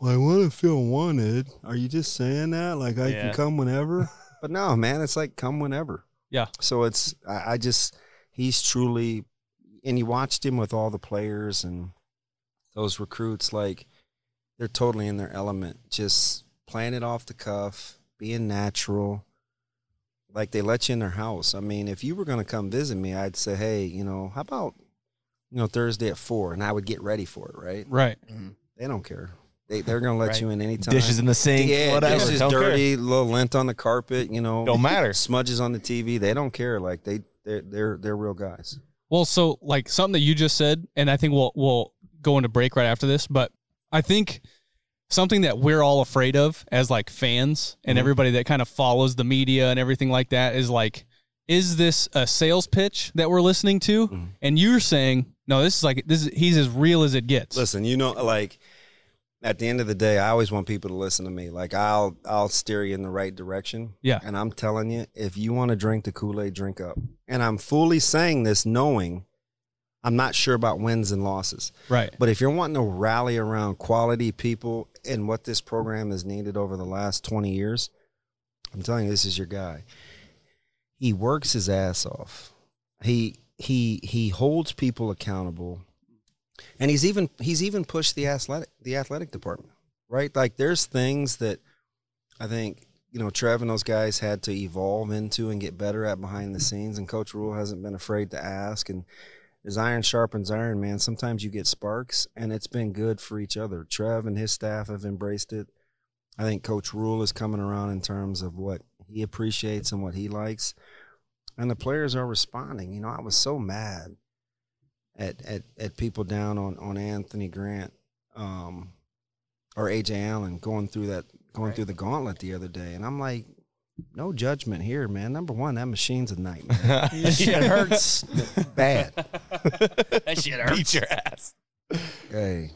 "Well, I want to feel wanted." Are you just saying that like I Yeah. can come whenever? but no, man, it's like come whenever. Yeah. So it's I, I just he's truly, and you watched him with all the players and those recruits like they're totally in their element just playing it off the cuff being natural like they let you in their house i mean if you were going to come visit me i'd say hey you know how about you know thursday at four and i would get ready for it right Right. they don't care they, they're going to let Right. you in anytime Dishes in the sink, yeah whatever, dishes don't care. dirty little lint on the carpet you know Don't [LAUGHS] matter. smudges on the tv they don't care like they they're they're, they're real guys Well, so like something that you just said, and I think we'll we'll go into break right after this, but I think something that we're all afraid of as like fans and Mm-hmm. Mhm. everybody that kind of follows the media and everything like that is like, is this a sales pitch that we're listening to? Mm-hmm. And you're saying, no, this is like this is he's as real as it gets. Listen, you know, like at the end of the day, I always want people to listen to me. Like I'll I'll steer you in the right direction. Yeah. And I'm telling you, if you want to drink the Kool-Aid, drink up. And I'm fully saying this knowing I'm not sure about wins and losses. Right. But if you're wanting to rally around quality people and what this program has needed over the last 20 years, I'm telling you, this is your guy. He works his ass off. He he he holds people accountable, and he's even he's even pushed the athletic the athletic department right. Like there's things that I think you know Trev and those guys had to evolve into and get better at behind the scenes, and Coach Rule hasn't been afraid to ask. And as iron sharpens iron, man, sometimes you get sparks, and it's been good for each other. Trev and his staff have embraced it. I think Coach Rule is coming around in terms of what he appreciates and what he likes, and the players are responding. You know, I was so mad at at, at people down on on Anthony Grant um, or AJ Allen going through that going through the gauntlet the other day, and I'm like. No judgment here, man. Number one, that machine's a nightmare. That shit hurts. bad. That shit Beat hurts. your ass. [LAUGHS] Hey.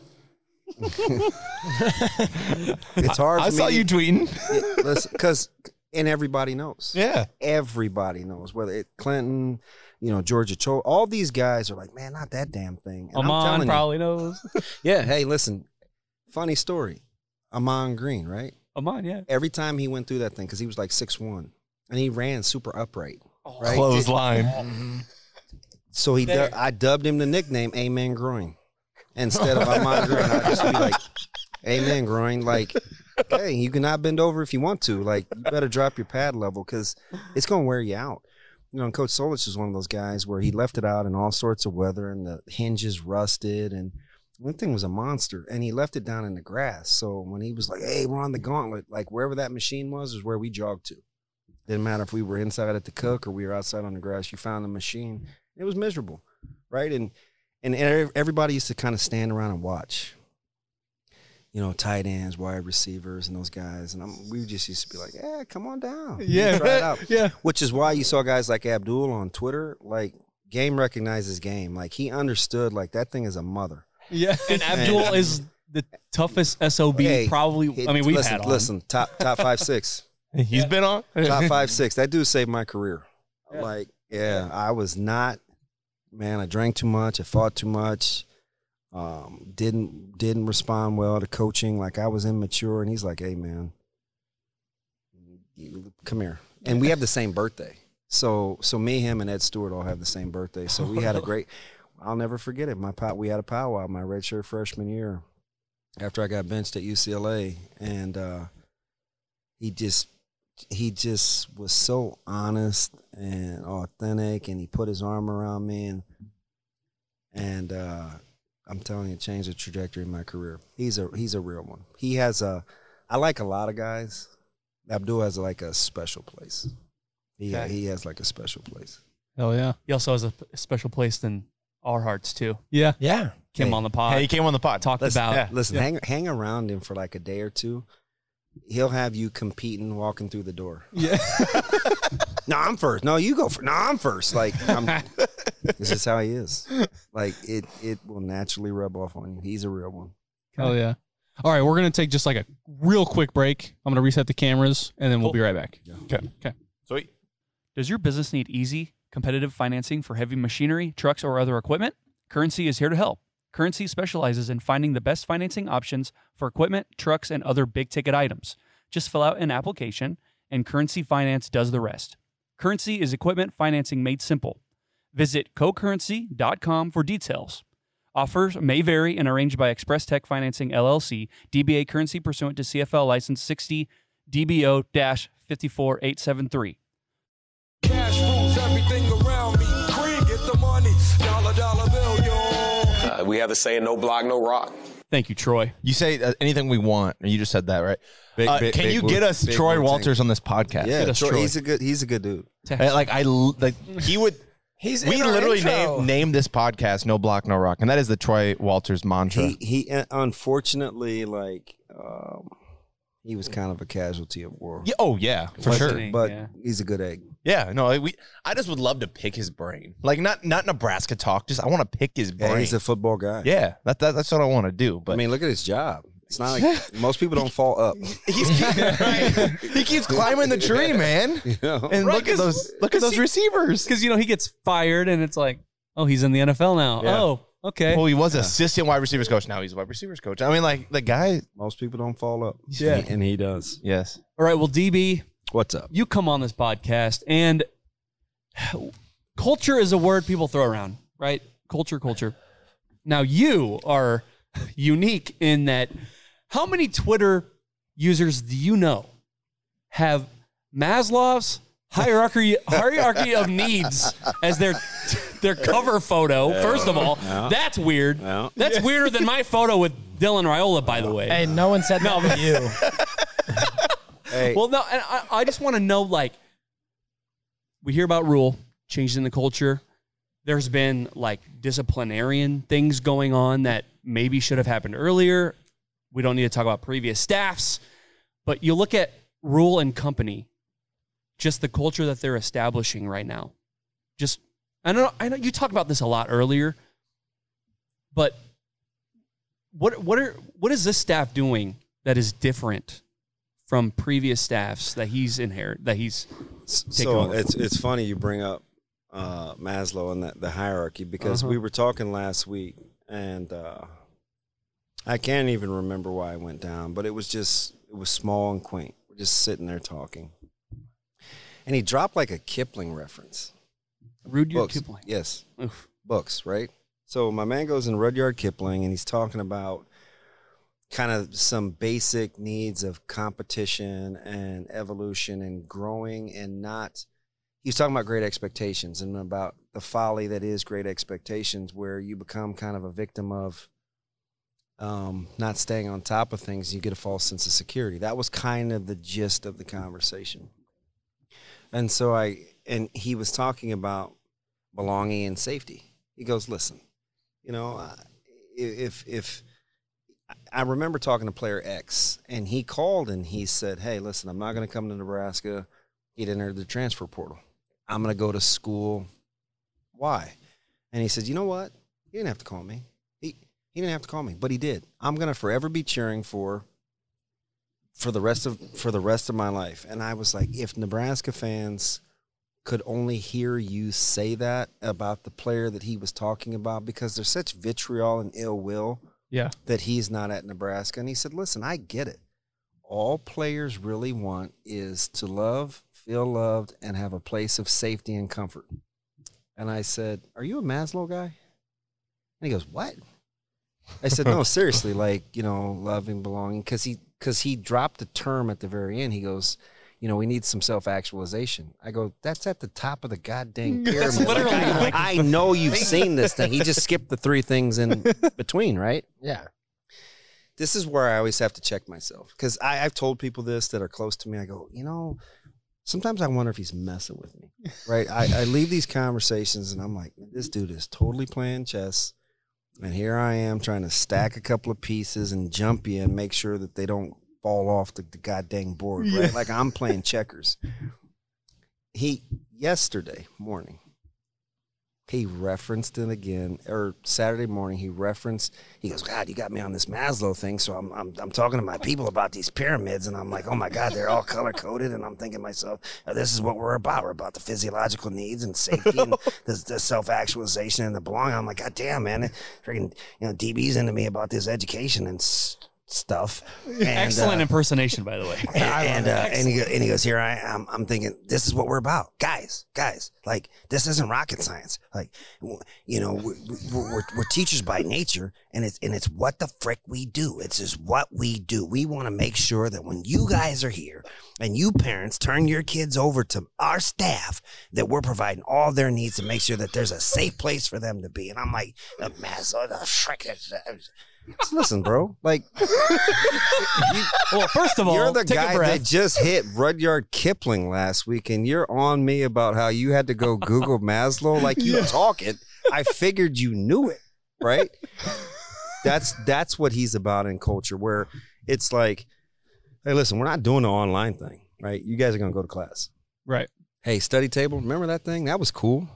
it's hard. I- I for me saw to- you tweeting. Yeah, listen, because and everybody knows. Yeah. everybody knows whether it Clinton, you know Georgia Cho, all these guys are like, man, not that damn thing. And I'm telling Amon you- probably knows. yeah. Hey, listen. Funny story. Amon Green, right? Amon, [LAUGHS] yeah. Every time he went through that thing, because he was like six one, and he ran super upright. Right? Clothesline. So he, du- There. I dubbed him the nickname Amen Groin. Instead of Amon Groin, I just be like, Amen Groin. Like, hey, you cannot bend over if you want to. Like, you better drop your pad level because it's going to wear you out. You know, and Coach Solich is one of those guys where he left it out in all sorts of weather and the hinges rusted. And one thing was a monster. And he left it down in the grass. So when he was like, hey, we're on the gauntlet, like wherever that machine was is where we jogged to. Didn't matter if we were inside at the cook or we were outside on the grass. You found the machine. It was miserable, right? And and ev- everybody used to kind of stand around and watch. You know, tight ends, wide receivers, and those guys. And I'm, we just used to be like, "Yeah, come on down, Yeah. try it out." Yeah. Which is why you saw guys like Abdul on Twitter. Like, game recognizes game. Like he understood. Like that thing is a mother. Yeah. And Abdul is the toughest SOB Hey, probably. hey, I mean, we've listen, had on. listen, top top five six. He's been on. [LAUGHS] top five six. That dude saved my career. Yeah. Like, yeah, I was not. Man, I drank too much. I fought too much. Um, didn't didn't respond well to coaching. Like I was immature, and he's like, "Hey, man, you- come here." And we have the same birthday, so so me, him, and Ed Stewart all have the same birthday. So we had a great. [LAUGHS] I'll never forget it. My pot, we had a powwow my redshirt freshman year after I got benched at UCLA, and uh, he just he just was so honest and authentic, and he put his arm around me, and and uh, I'm telling you, it changed the trajectory of my career. He's a he's a real one. He has a I like a lot of guys. Abdul has like a special place. He Okay. he has like a special place. Hell yeah. He also has a p- special place in our hearts, too. Yeah. Yeah. Came on the pod. Hey, he came on the pod. Talked Listen, about. listen, hang hang around him for like a [LAUGHS] day or two. He'll have you competing walking through the door. Yeah. No, I'm first. No, you go first. No, I'm first. Like [LAUGHS] I'm, this is how he is. Like it, it will naturally rub off on you. He's a real one. Oh yeah. All right, we're gonna take just like a real quick break. I'm gonna reset the cameras, and then we'll be right back. Okay. Okay. Sweet. Does your business need easy, competitive financing for heavy machinery, trucks, or other equipment? Currency is here to help. Currency specializes in finding the best financing options for equipment, trucks, and other big ticket items. Just fill out an application, and Currency Finance does the rest. Currency is equipment financing made simple. Visit cocurrency.com for details. Offers may vary and arranged by Express Tech Financing LLC, DBA currency pursuant to CFL license 60 DBO 54873. Uh, we have the saying, no block, no rock. Thank you, Troy. You say uh, anything we want. and You just said that, right? Uh, big- can big you Wu- get us big Troy Wu-Tang. Walters on this podcast? Yeah, Get us Troy- Troy. he's a good. He's a good dude. Uh, like I l- like he would. He's we in our literally intro. named named this podcast "No Block, No Rock," and that is the Troy Walters mantra. He he. uh, Unfortunately, like um, he was kind of a casualty of war. Yeah, oh yeah, for But- sure. But yeah. he's a good egg. Yeah, no, we. I just would love to pick his brain. Like not not Nebraska talk. Just I want to pick his brain. Yeah, he's a football guy. yeah, that, that, that's what I want to do. But [LAUGHS] I mean, look at his job. It's not [LAUGHS] like most people don't fall up. [LAUGHS] [LAUGHS] he keeps climbing the tree, man. You know? [LAUGHS] And Right, look at 'cause- those look at 'cause those he- receivers. Because, you know, he gets fired, and it's like, oh, he's in the NFL now. Yeah. Oh, okay. Well, he was assistant wide receivers coach. Now he's a wide receivers coach. I mean, like the guy. most people don't fall up. Yeah. and he does. Yes. All right. Well, DB, What's up? you come on this podcast, and culture is a word people throw around, right? Culture, culture. Now, you are unique in that how many Twitter users do you know have Maslow's hierarchy hierarchy of needs as their their cover photo? First of all, that's weird. No. That's weirder than my photo with Dylan Raiola, by the way. Hey, no one said no. that to you. Hey, Well, no, and I, I just want to know like, we hear about rule changes in the culture. There's been like disciplinarian things going on that maybe should have happened earlier. We don't need to talk about previous staffs, but you look at rule and company, just the culture that they're establishing right now. Just, I know, I know you talked about this a lot earlier, but what, what are, what is this staff doing that is different from previous staffs that he's inherit that he's Take so over. it's it's funny you bring up uh, Maslow and that the hierarchy because Uh-huh. we were talking last week and uh, I can't even remember why it went down, but it was just it was small and quaint. We're just sitting there talking, and he dropped like a Kipling reference. Rudyard Books. Kipling. Yes, Oof. books, right? So my man goes in Rudyard Kipling and he's talking about kind of some basic needs of competition and evolution and growing and not he was talking about great expectations and about the folly that is great expectations where you become kind of a victim of um, not staying on top of things you get a false sense of security that was kind of the gist of the conversation and so i and he was talking about belonging and safety he goes listen you know I- if if I remember talking to player X, and he called and he said, "Hey, listen, I'm not going to come to Nebraska. He didn't enter the transfer portal. I'm going to go to school. Why?" And he said, "You know what? He didn't have to call me. He he didn't have to call me, but he did. I'm going to forever be cheering for for the rest of for the rest of my life." And I was like, "If Nebraska fans could only hear you say that about the player that he was talking about, because there's such vitriol and ill will." Yeah. that he's not at Nebraska. And he said, Listen, I get it. All players really want is to love, feel loved, and have a place of safety and comfort. And I said, Are you a Maslow guy? And he goes, What? I [LAUGHS] said, No, seriously, like, you know, loving, belonging. Cause he cause he dropped the term at the very end. He goes, you know, we need some self actualization. I go, that's at the top of [LAUGHS] the goddamn pyramid. Like, literally I- like I [LAUGHS] know you've seen this thing. He just skipped the three things in between, right? Yeah. this is where I always have to check myself because I've told people this that are close to me. I go, you know, sometimes I wonder if he's messing with me, right? I, I leave these conversations and I'm like, this dude is totally playing chess. And here I am trying to stack a couple of pieces and jump you and make sure that they don't fall off the, the goddamn board, right? Like I'm playing checkers. he yesterday morning he referenced it again or Saturday morning he referenced he goes God you got me on this Maslow thing so I'm I'm, I'm talking to my people about these pyramids and I'm like oh my God they're all color coded and I'm thinking to myself "Oh, this is what we're about we're about the physiological needs and safety and the, the self actualization and the belonging I'm like God damn man it- freaking you know DB's into me about this education and s- stuff And, Excellent uh, impersonation, by the [LAUGHS] way. and and, uh, and, he go, and he goes, here I am. I'm thinking this is what we're about, guys, guys. Like this isn't rocket science. Like w- you know, we, we- we're, we're, we're teachers by nature, and it's and it's what the frick we do. It's just what we do. We want to make sure that when you guys are here and you parents turn your kids over to our staff, that we're providing all their needs to make sure that there's a safe place for them to be. And I'm like, the Maslow, the frick. is- [LAUGHS] Listen, bro. Like well, first of all, you're the take a guy breath. that just hit Rudyard Kipling last week, and you're on me about how you had to [LAUGHS] go Google Maslow. Like you talk it. I figured you knew it, [LAUGHS] right? That's that's what he's about in culture, where it's like, hey, listen, we're not doing the online thing, right? You guys are gonna go to class. Right. Hey, study table. Remember that thing? That was cool.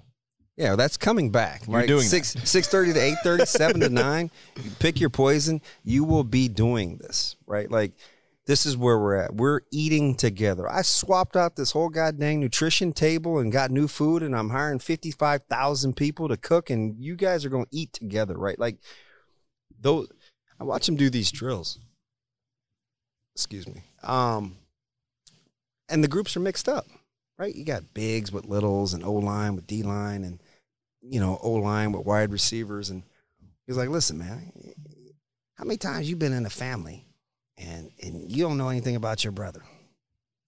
Yeah, that's coming back. You're right? doing that. six six thirty to eight [LAUGHS] thirty, seven to nine. You pick your poison. You will be doing this, right? Like this is where we're at. We're eating together. I swapped out this whole goddamn nutrition table and got new food, and I'm hiring fifty five thousand people to cook, and you guys are gonna eat together, right? Like those. I watch them do these drills. Excuse me. Um, and the groups are mixed up, right? You got bigs with littles and O line with D line and you know O line with wide receivers. And he's like, "Listen, man, how many times you been in a family and and you don't know anything about your brother?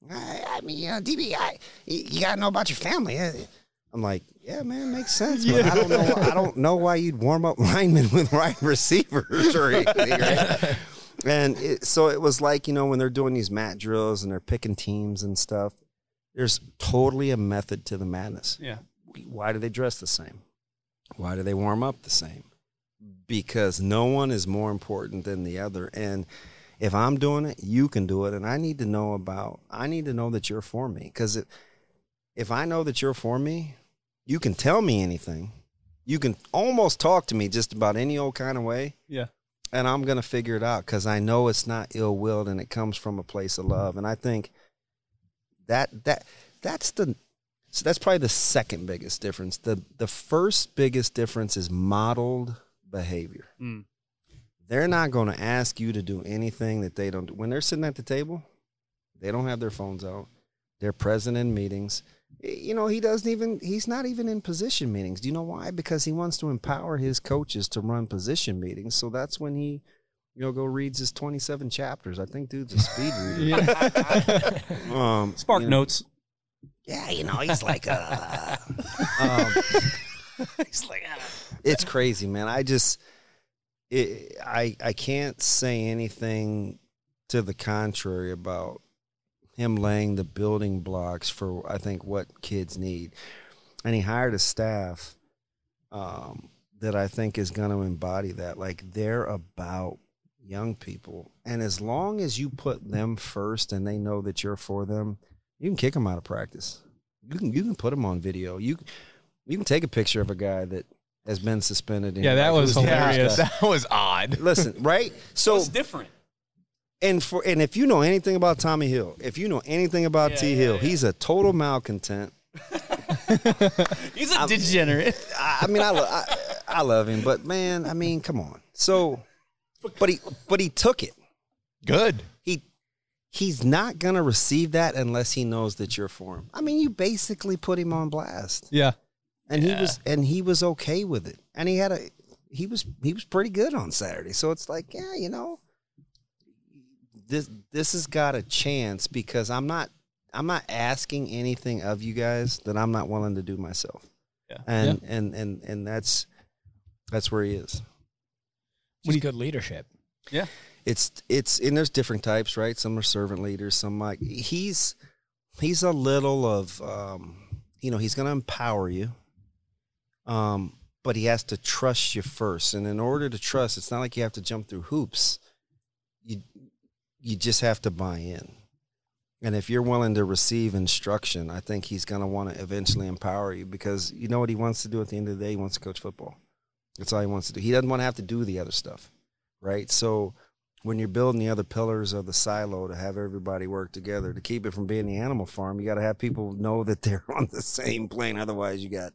I, I mean, you know, DB, I, you you gotta know about your family." eh? I'm like, "Yeah, man, makes sense, but I don't know. I don't know why you'd warm up [LAUGHS] linemen with wide receivers or anything." right? And it, so it was like, you know, when they're doing these mat drills and they're picking teams and stuff, there's totally a method to the madness. Yeah. Why do they dress the same? Why do they warm up the same? Because no one is more important than the other. And if I'm doing it, you can do it. And I need to know about, I need to know that you're for me. Because if, if I know that you're for me, you can tell me anything. You can almost talk to me just about any old kind of way Yeah. and I'm gonna figure it out because I know it's not ill willed and it comes from a place of love. And I think that that that's the so that's probably the second biggest difference. The the first biggest difference is modeled behavior. Mm. They're not gonna ask you to do anything that they don't do. When they're sitting at the table, they don't have their phones out. They're present in meetings. You know, he doesn't even, he's not even in position meetings. Do you know why? Because he wants to empower his coaches to run position meetings. So that's when he, you know, go reads his 27 chapters. I think dude's a speed reader. [LAUGHS] um, Spark you know, notes. Yeah, you know, he's like, uh, [LAUGHS] um, He's like, it's crazy, man. I just, it, I, I can't say anything to the contrary about him laying the building blocks for I think what kids need, and he hired a staff um, that I think is going to embody that. Like they're about young people, and as long as you put them first and they know that you're for them, you can kick them out of practice. You can you can put them on video. You you can take a picture of a guy that has been suspended. and Yeah, you're that like, was "Who's this guy?" hilarious. That was odd. Listen, right? So it's different. and for and if you know anything about Tommy Hill, if you know anything about T Hill, he's a total malcontent. He's a degenerate. [LAUGHS] I, I mean, I, lo- I I love him, but man, I mean, come on. So, but he but he took it. Good. He he's not gonna receive that unless he knows that you're for him. I mean, you basically put him on blast, Yeah. and he was and he was okay with it, and he had a he was he was pretty good on Saturday. So it's like, yeah, you know, this this has got a chance because I'm not I'm not asking anything of you guys that I'm not willing to do myself. Yeah. And and and and that's that's where he is. Just good leadership. It's it's and there's different types, right? Some are servant leaders, some like he's he's a little of um you know, he's going to empower you. Um but he has to trust you first. And in order to trust, it's not like you have to jump through hoops. You you just have to buy in. And if you're willing to receive instruction, I think he's going to want to eventually empower you because you know what he wants to do at the end of the day? He wants to coach football. That's all he wants to do. He doesn't want to have to do the other stuff, right? So when you're building the other pillars of the silo to have everybody work together to keep it from being the animal farm, you got to have people know that they're [LAUGHS] on the same plane. Otherwise, you got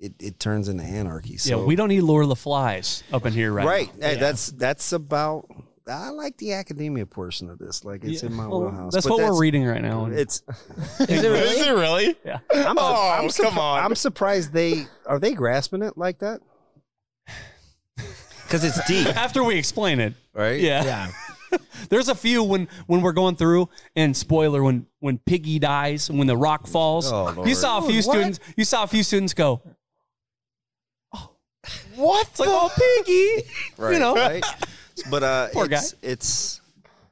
it, it turns into anarchy. So, yeah, we don't need Lure the Flies up in here right right. now. Hey, that's that's about. I like the academia portion of this. Like it's Yeah. in my Well, wheelhouse. that's But what we're reading right now. It's Is it really? it really? Yeah. [LAUGHS] I'm, su- Oh, I'm surpri- come on. I'm surprised they are they grasping it like that. Because it's deep. After we explain it. Right? Yeah. [LAUGHS] There's a few when when we're going through and spoiler when when Piggy dies and when the rock falls. Oh, you Lord. saw a few Dude, what? students you saw a few students go oh, What? It's like, oh, [LAUGHS] Piggy. Right. You know. Right? But uh, [LAUGHS] Poor it's, it's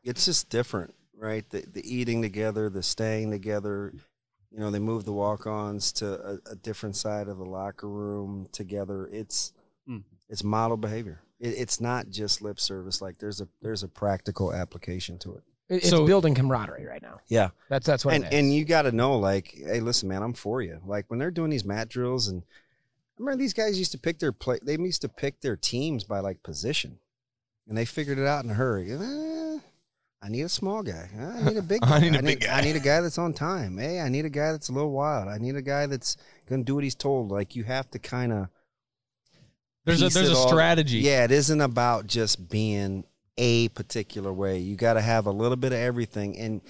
it's just different, right? The, the eating together, the staying together. You know, they move the walk-ons to a, a different side of the locker room together. It's Mm. it's model behavior. It, it's not just lip service. Like there's a there's a practical application to it. It- It's So- building camaraderie right now. Yeah. That's that's what and, it is. and you got to know, like, hey, listen, man, I'm for you. Like when they're doing these mat drills, and I remember these guys used to pick their play. They used to pick their teams by like position, and they figured it out in a hurry. Eh, I need a small guy. Eh, I need a big. [LAUGHS] Guy. I need a big guy. I need a guy that's on time. Hey, I need a guy that's a little wild. I need a guy that's gonna do what he's told. Like you have to kind of. There's a- there's a strategy. Yeah, it isn't about just being a particular way. You got to have a little bit of everything, and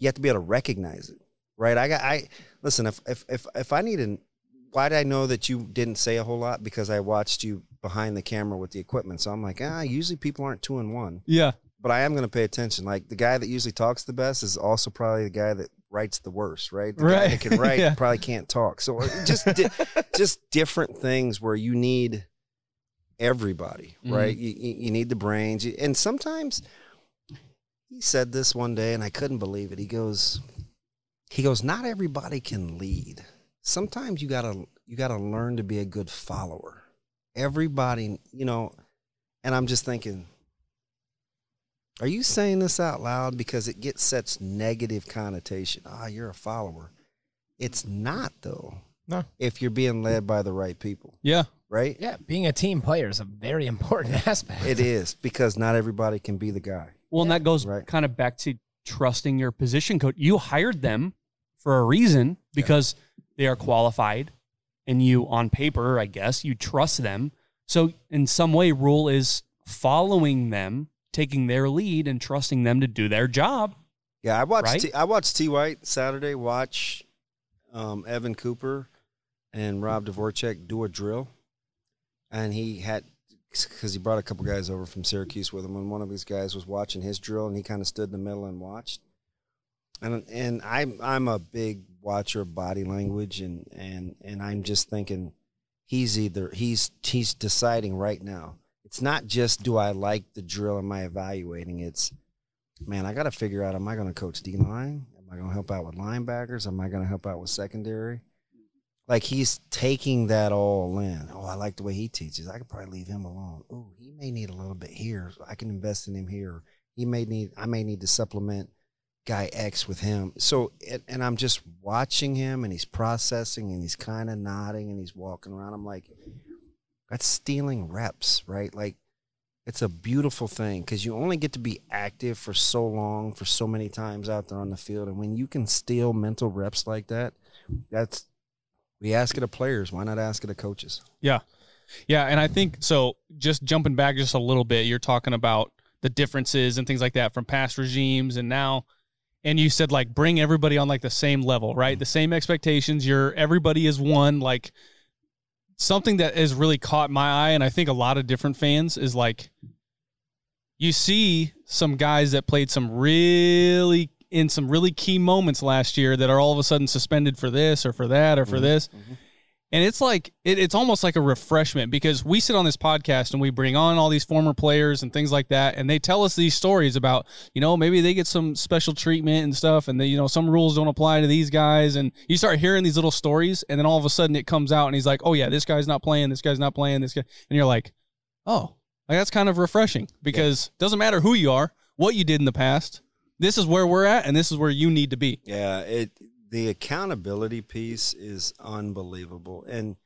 you have to be able to recognize it, right? I got I listen. If if if if I need an, why did I know that you didn't say a whole lot because I watched you behind the camera with the equipment. So I'm like, ah, usually people aren't two and one, Yeah. but I am going to pay attention. Like the guy that usually talks the best is also probably the guy that writes the worst, right? The guy Right. [LAUGHS] that can write Yeah. probably can't talk. So uh, just di- [LAUGHS] just different things where you need everybody, right? You, you, you need the brains. You- And sometimes he said this one day, and I couldn't believe it. He goes, he goes, not everybody can lead. Sometimes you gotta you gotta learn to be a good follower. Everybody, you know, and I'm just thinking, are you saying this out loud because it gets such negative connotation? Ah, you're a follower. It's not though. No. If you're being led by the right people, Yeah. right? yeah, being a team player is a very important [LAUGHS] aspect. It is because not everybody can be the guy. Well, and that goes Right. kind of back to trusting your position coach. You hired them for a reason because they are qualified and you on paper, I guess, you trust them. So in some way rule is following them, taking their lead and trusting them to do their job. Yeah, I watched Right? T, I watched T White Saturday. Watch um, Evan Cooper and Rob Dvorak do a drill, and he had because he brought a couple guys over from Syracuse with him, and one of these guys was watching his drill, and he kind of stood in the middle and watched. And and I'm I'm a big watcher of body language, and and and I'm just thinking he's either he's he's deciding right now. It's not just do I like the drill? Am I evaluating? It's man, I got to figure out am I going to coach D line? Am I going to help out with linebackers? Am I going to help out with secondary? Like he's taking that all in. Oh, I like the way he teaches. I could probably leave him alone. Oh, he may need a little bit here. So I can invest in him here. He may need. I may need to supplement guy X with him. So, and, and I'm just watching him, and he's processing, and he's kind of nodding, and he's walking around. I'm like, that's stealing reps, right? Like it's a beautiful thing because you only get to be active for so long, for so many times out there on the field. And when you can steal mental reps like that, that's we ask it of players. Why not ask it of coaches? Yeah. Yeah. And I think so, just jumping back just a little bit, you're talking about the differences and things like that from past regimes and now. And you said, like, bring everybody on like the same level, right? The same expectations. You're everybody is one. Like, something that has really caught my eye, and I think a lot of different fans is like, you see some guys that played some really in some really key moments last year that are all of a sudden suspended for this or for that or for this. And it's like it, it's almost like a refreshment because we sit on this podcast and we bring on all these former players and things like that, and they tell us these stories about you know maybe they get some special treatment and stuff, and they, you know some rules don't apply to these guys, and you start hearing these little stories, and then all of a sudden it comes out, and he's like, oh yeah, this guy's not playing, this guy's not playing, this guy, and you're like, oh, like that's kind of refreshing because it doesn't matter who you are, what you did in the past, this is where we're at and this is where you need to be. Yeah, it the accountability piece is unbelievable, and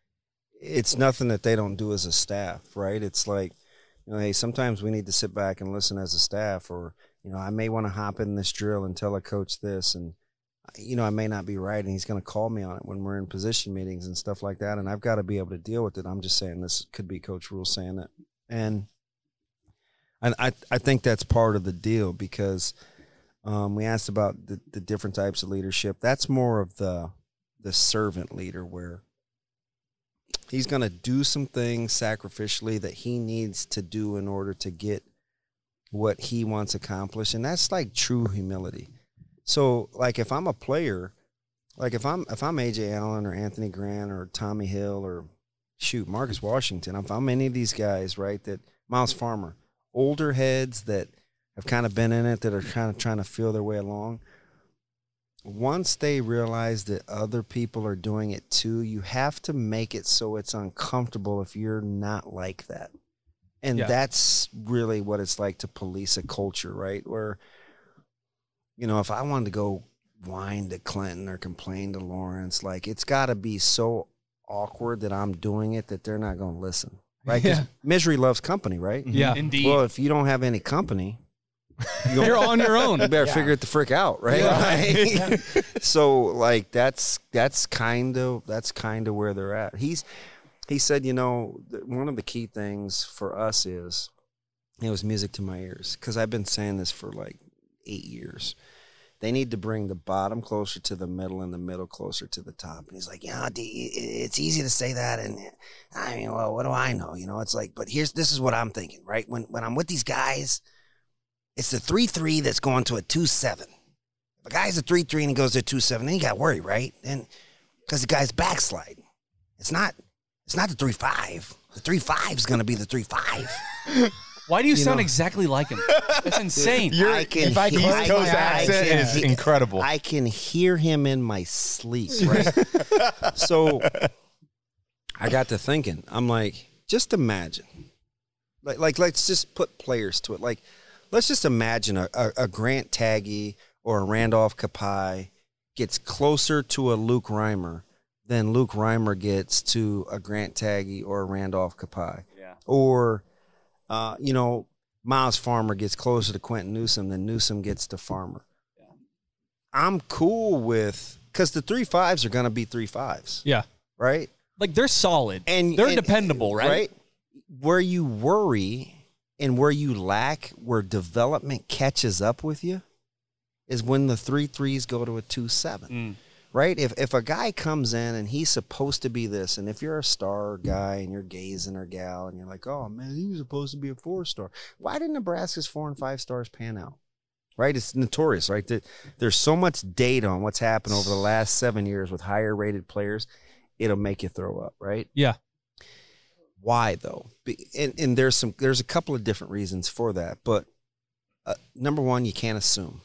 it's nothing that they don't do as a staff, right? It's like, you know, hey, sometimes we need to sit back and listen as a staff, or you know, I may want to hop in this drill and tell a coach this, and you know, I may not be right, and he's going to call me on it when we're in position meetings and stuff like that, and I've got to be able to deal with it. I'm just saying this could be Coach Rule saying it, and and I I think that's part of the deal because. Um, we asked about the, the different types of leadership. That's more of the the servant leader where he's going to do some things sacrificially that he needs to do in order to get what he wants accomplished and that's like true humility so like if i'm a player like if i'm if i'm aj allen or anthony grant or tommy hill or shoot marcus washington if i'm any of these guys right that miles farmer older heads that have kind of been in it that are kind of trying to feel their way along once they realize that other people are doing it too, you have to make it so it's uncomfortable if you're not like that. And Yeah. that's really what it's like to police a culture, right? Where, you know, if I wanted to go whine to Clinton or complain to Lawrence, like it's got to be so awkward that I'm doing it that they're not going to listen, right? [LAUGHS] 'Cause Yeah. misery loves company, right? Yeah. Indeed. Well, if you don't have any company, you You're on your own. You better Yeah. figure it the frick out, right? [LAUGHS] Like, Yeah. so like that's that's kind of that's kind of where they're at. He's he said, you know, th- one of the key things for us is it was music to my ears because I've been saying this for like eight years. They need to bring the bottom closer to the middle and the middle closer to the top. And he's like, yeah, D, it's easy to say that, and I mean, well, what do I know? You know, it's like, but here's this is what I'm thinking, right? When when I'm with these guys, it's the three three that's going to a two seven. If a guy's a three three and he goes to a two seven, then you got to worry, right? And because the guy's backsliding, it's not it's not the three five. The three five's going to be the three five. [LAUGHS] Why do you, You sound know- exactly like him? [LAUGHS] That's insane. I can hear- I can- I can he- I can hear him in my sleep. Right? so I got to thinking. I'm like, just imagine. Like, like let's just put players to it. Like, let's just imagine a, a, a Grant Taggy or a Randolph Kapai gets closer to a Luke Reimer than Luke Reimer gets to a Grant Taggy or a Randolph Kapai. Yeah. Or uh, you know, Miles Farmer gets closer to Quentin Newsom than Newsom gets to Farmer. I'm cool with because the three fives are going to be three fives. Yeah. Right? Like they're solid and They're and- dependable, right? Where you worry and where you lack, where development catches up with you, is when the three threes go to a two seven. Mm. Right? If if a guy comes in and he's supposed to be this, and if you're a star guy and you're gazing or gal and you're like, oh man, he was supposed to be a four star. Why did Nebraska's four and five stars pan out? right? It's notorious, right? That there's so much data on what's happened over the last seven years with higher rated players, it'll make you throw up, right? Yeah. Why though? Be- And, and there's some there's a couple of different reasons for that, but uh, number one, you can't assume.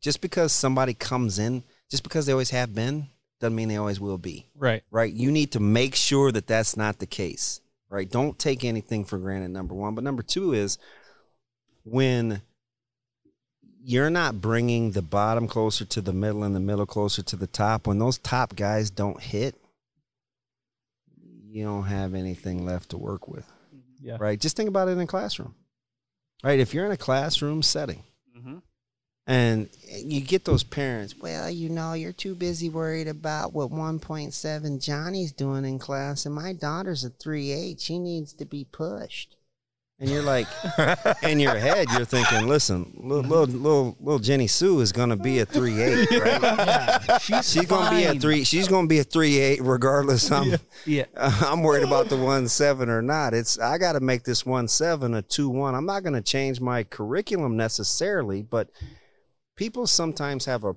Just because somebody comes in, just because they always have been, doesn't mean they always will be Right. right? You need to make sure that that's not the case, right? Don't take anything for granted, number one. But number two is when you're not bringing the bottom closer to the middle and the middle closer to the top, when those top guys don't hit, you don't have anything left to work with, Yeah. right? Just think about it in a classroom, right? If you're in a classroom setting, Mhm. and you get those parents, well, you know, you're too busy worried about what 1.7 Johnny's doing in class, and my daughter's a 3.8. She needs to be pushed. And you're like, in your head, you're thinking, listen, little little little, little Jenny Sue is gonna be a three eight, right? she's gonna be a fine. three. She's gonna be a three eight, regardless. I'm yeah. [LAUGHS] I'm worried about the one seven or not. It's I got to make this one seven a two one. I'm not gonna change my curriculum necessarily, but people sometimes have a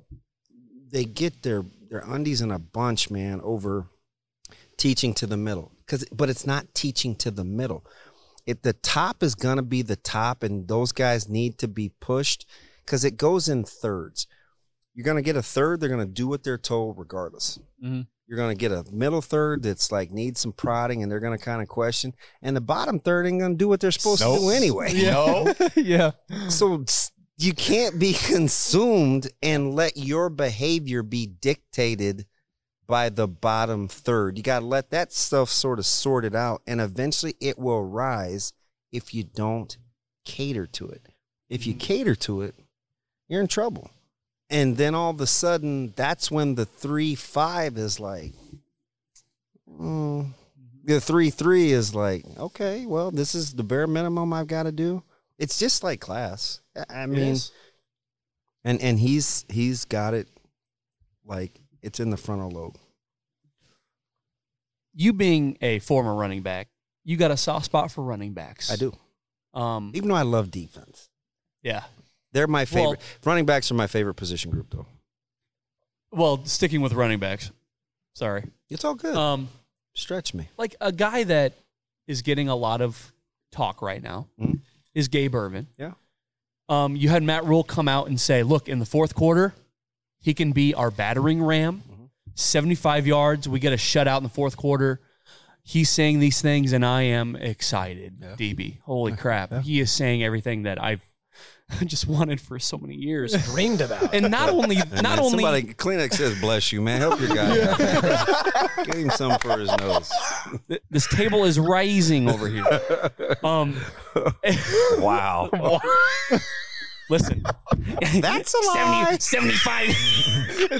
they get their their undies in a bunch, man, over teaching to the middle. Cause but it's not teaching to the middle. If the top is gonna be the top and those guys need to be pushed, because it goes in thirds. You're gonna get a third, they're gonna do what they're told regardless. Mm-hmm. You're gonna get a middle third that's like needs some prodding and they're gonna kind of question. [LAUGHS] [LAUGHS] And the bottom third ain't gonna do what they're supposed to do anyway. yeah. So s- you can't be [LAUGHS] consumed and let your behavior be dictated by the bottom third. You got to let that stuff sort of sort it out, and eventually it will rise if you don't cater to it. If you cater to it, you're in trouble. And then all of a sudden, that's when the three five is like, mm. the three three is like, okay, well, this is the bare minimum I've got to do. It's just like class. I- I mean, is. and and he's he's got it like it's in the frontal lobe. you being a former running back, you got a soft spot for running backs. I do. Um, Even though I love defense, yeah. they're my favorite. Well- running backs are my favorite position group, though. Well, sticking with running backs. Sorry. It's all good. Um, Stretch me. like a guy that is getting a lot of talk right now is Gabe Irvin. Hmm? Yeah. Um, you had Matt Rule come out and say, look, in the fourth quarter, he can be our battering ram. Mm-hmm. 75 yards. We get a shutout in the fourth quarter. He's saying these things, and I am excited, DB. Holy crap. He is saying everything that I've [LAUGHS] just wanted for so many years. Dreamed about. And not only, [LAUGHS] And not then only. somebody Kleenex says, "Bless you, man. Help your guy. [LAUGHS] Get him some for his nose." Th- this table is rising over here. [LAUGHS] Um, Wow, listen, that's a lie. 75.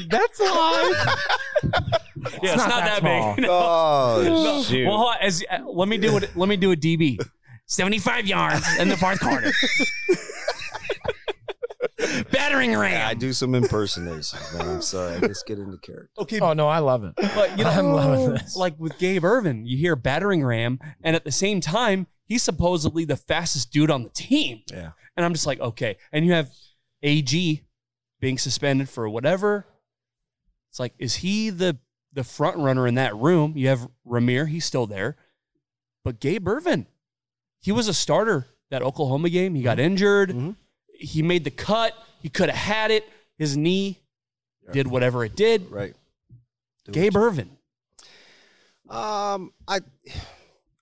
[LAUGHS] That's a lie. [LAUGHS] yeah, it's not, that, big. No, Oh no. shoot! Well, hold on, as, uh, let me do it. Let me do a DB. 75 yards in the fourth [LAUGHS] quarter. Battering ram. I do some impersonations, man. I'm sorry. I just get into character. Okay, Oh no, I love it. but you know, I'm loving [LAUGHS] this. like with Gabe Irvin, you hear battering ram, and at the same time, he's supposedly the fastest dude on the team. Yeah. And I'm just like, okay. And you have AG being suspended for whatever. It's like, is he the the front runner in that room? You have Ramir, he's still there. But Gabe Irvin, he was a starter that Oklahoma game. He got Mm-hmm. injured. He made the cut. He could have had it. His knee did whatever it did. Right. Gabe Irvin. Um, I,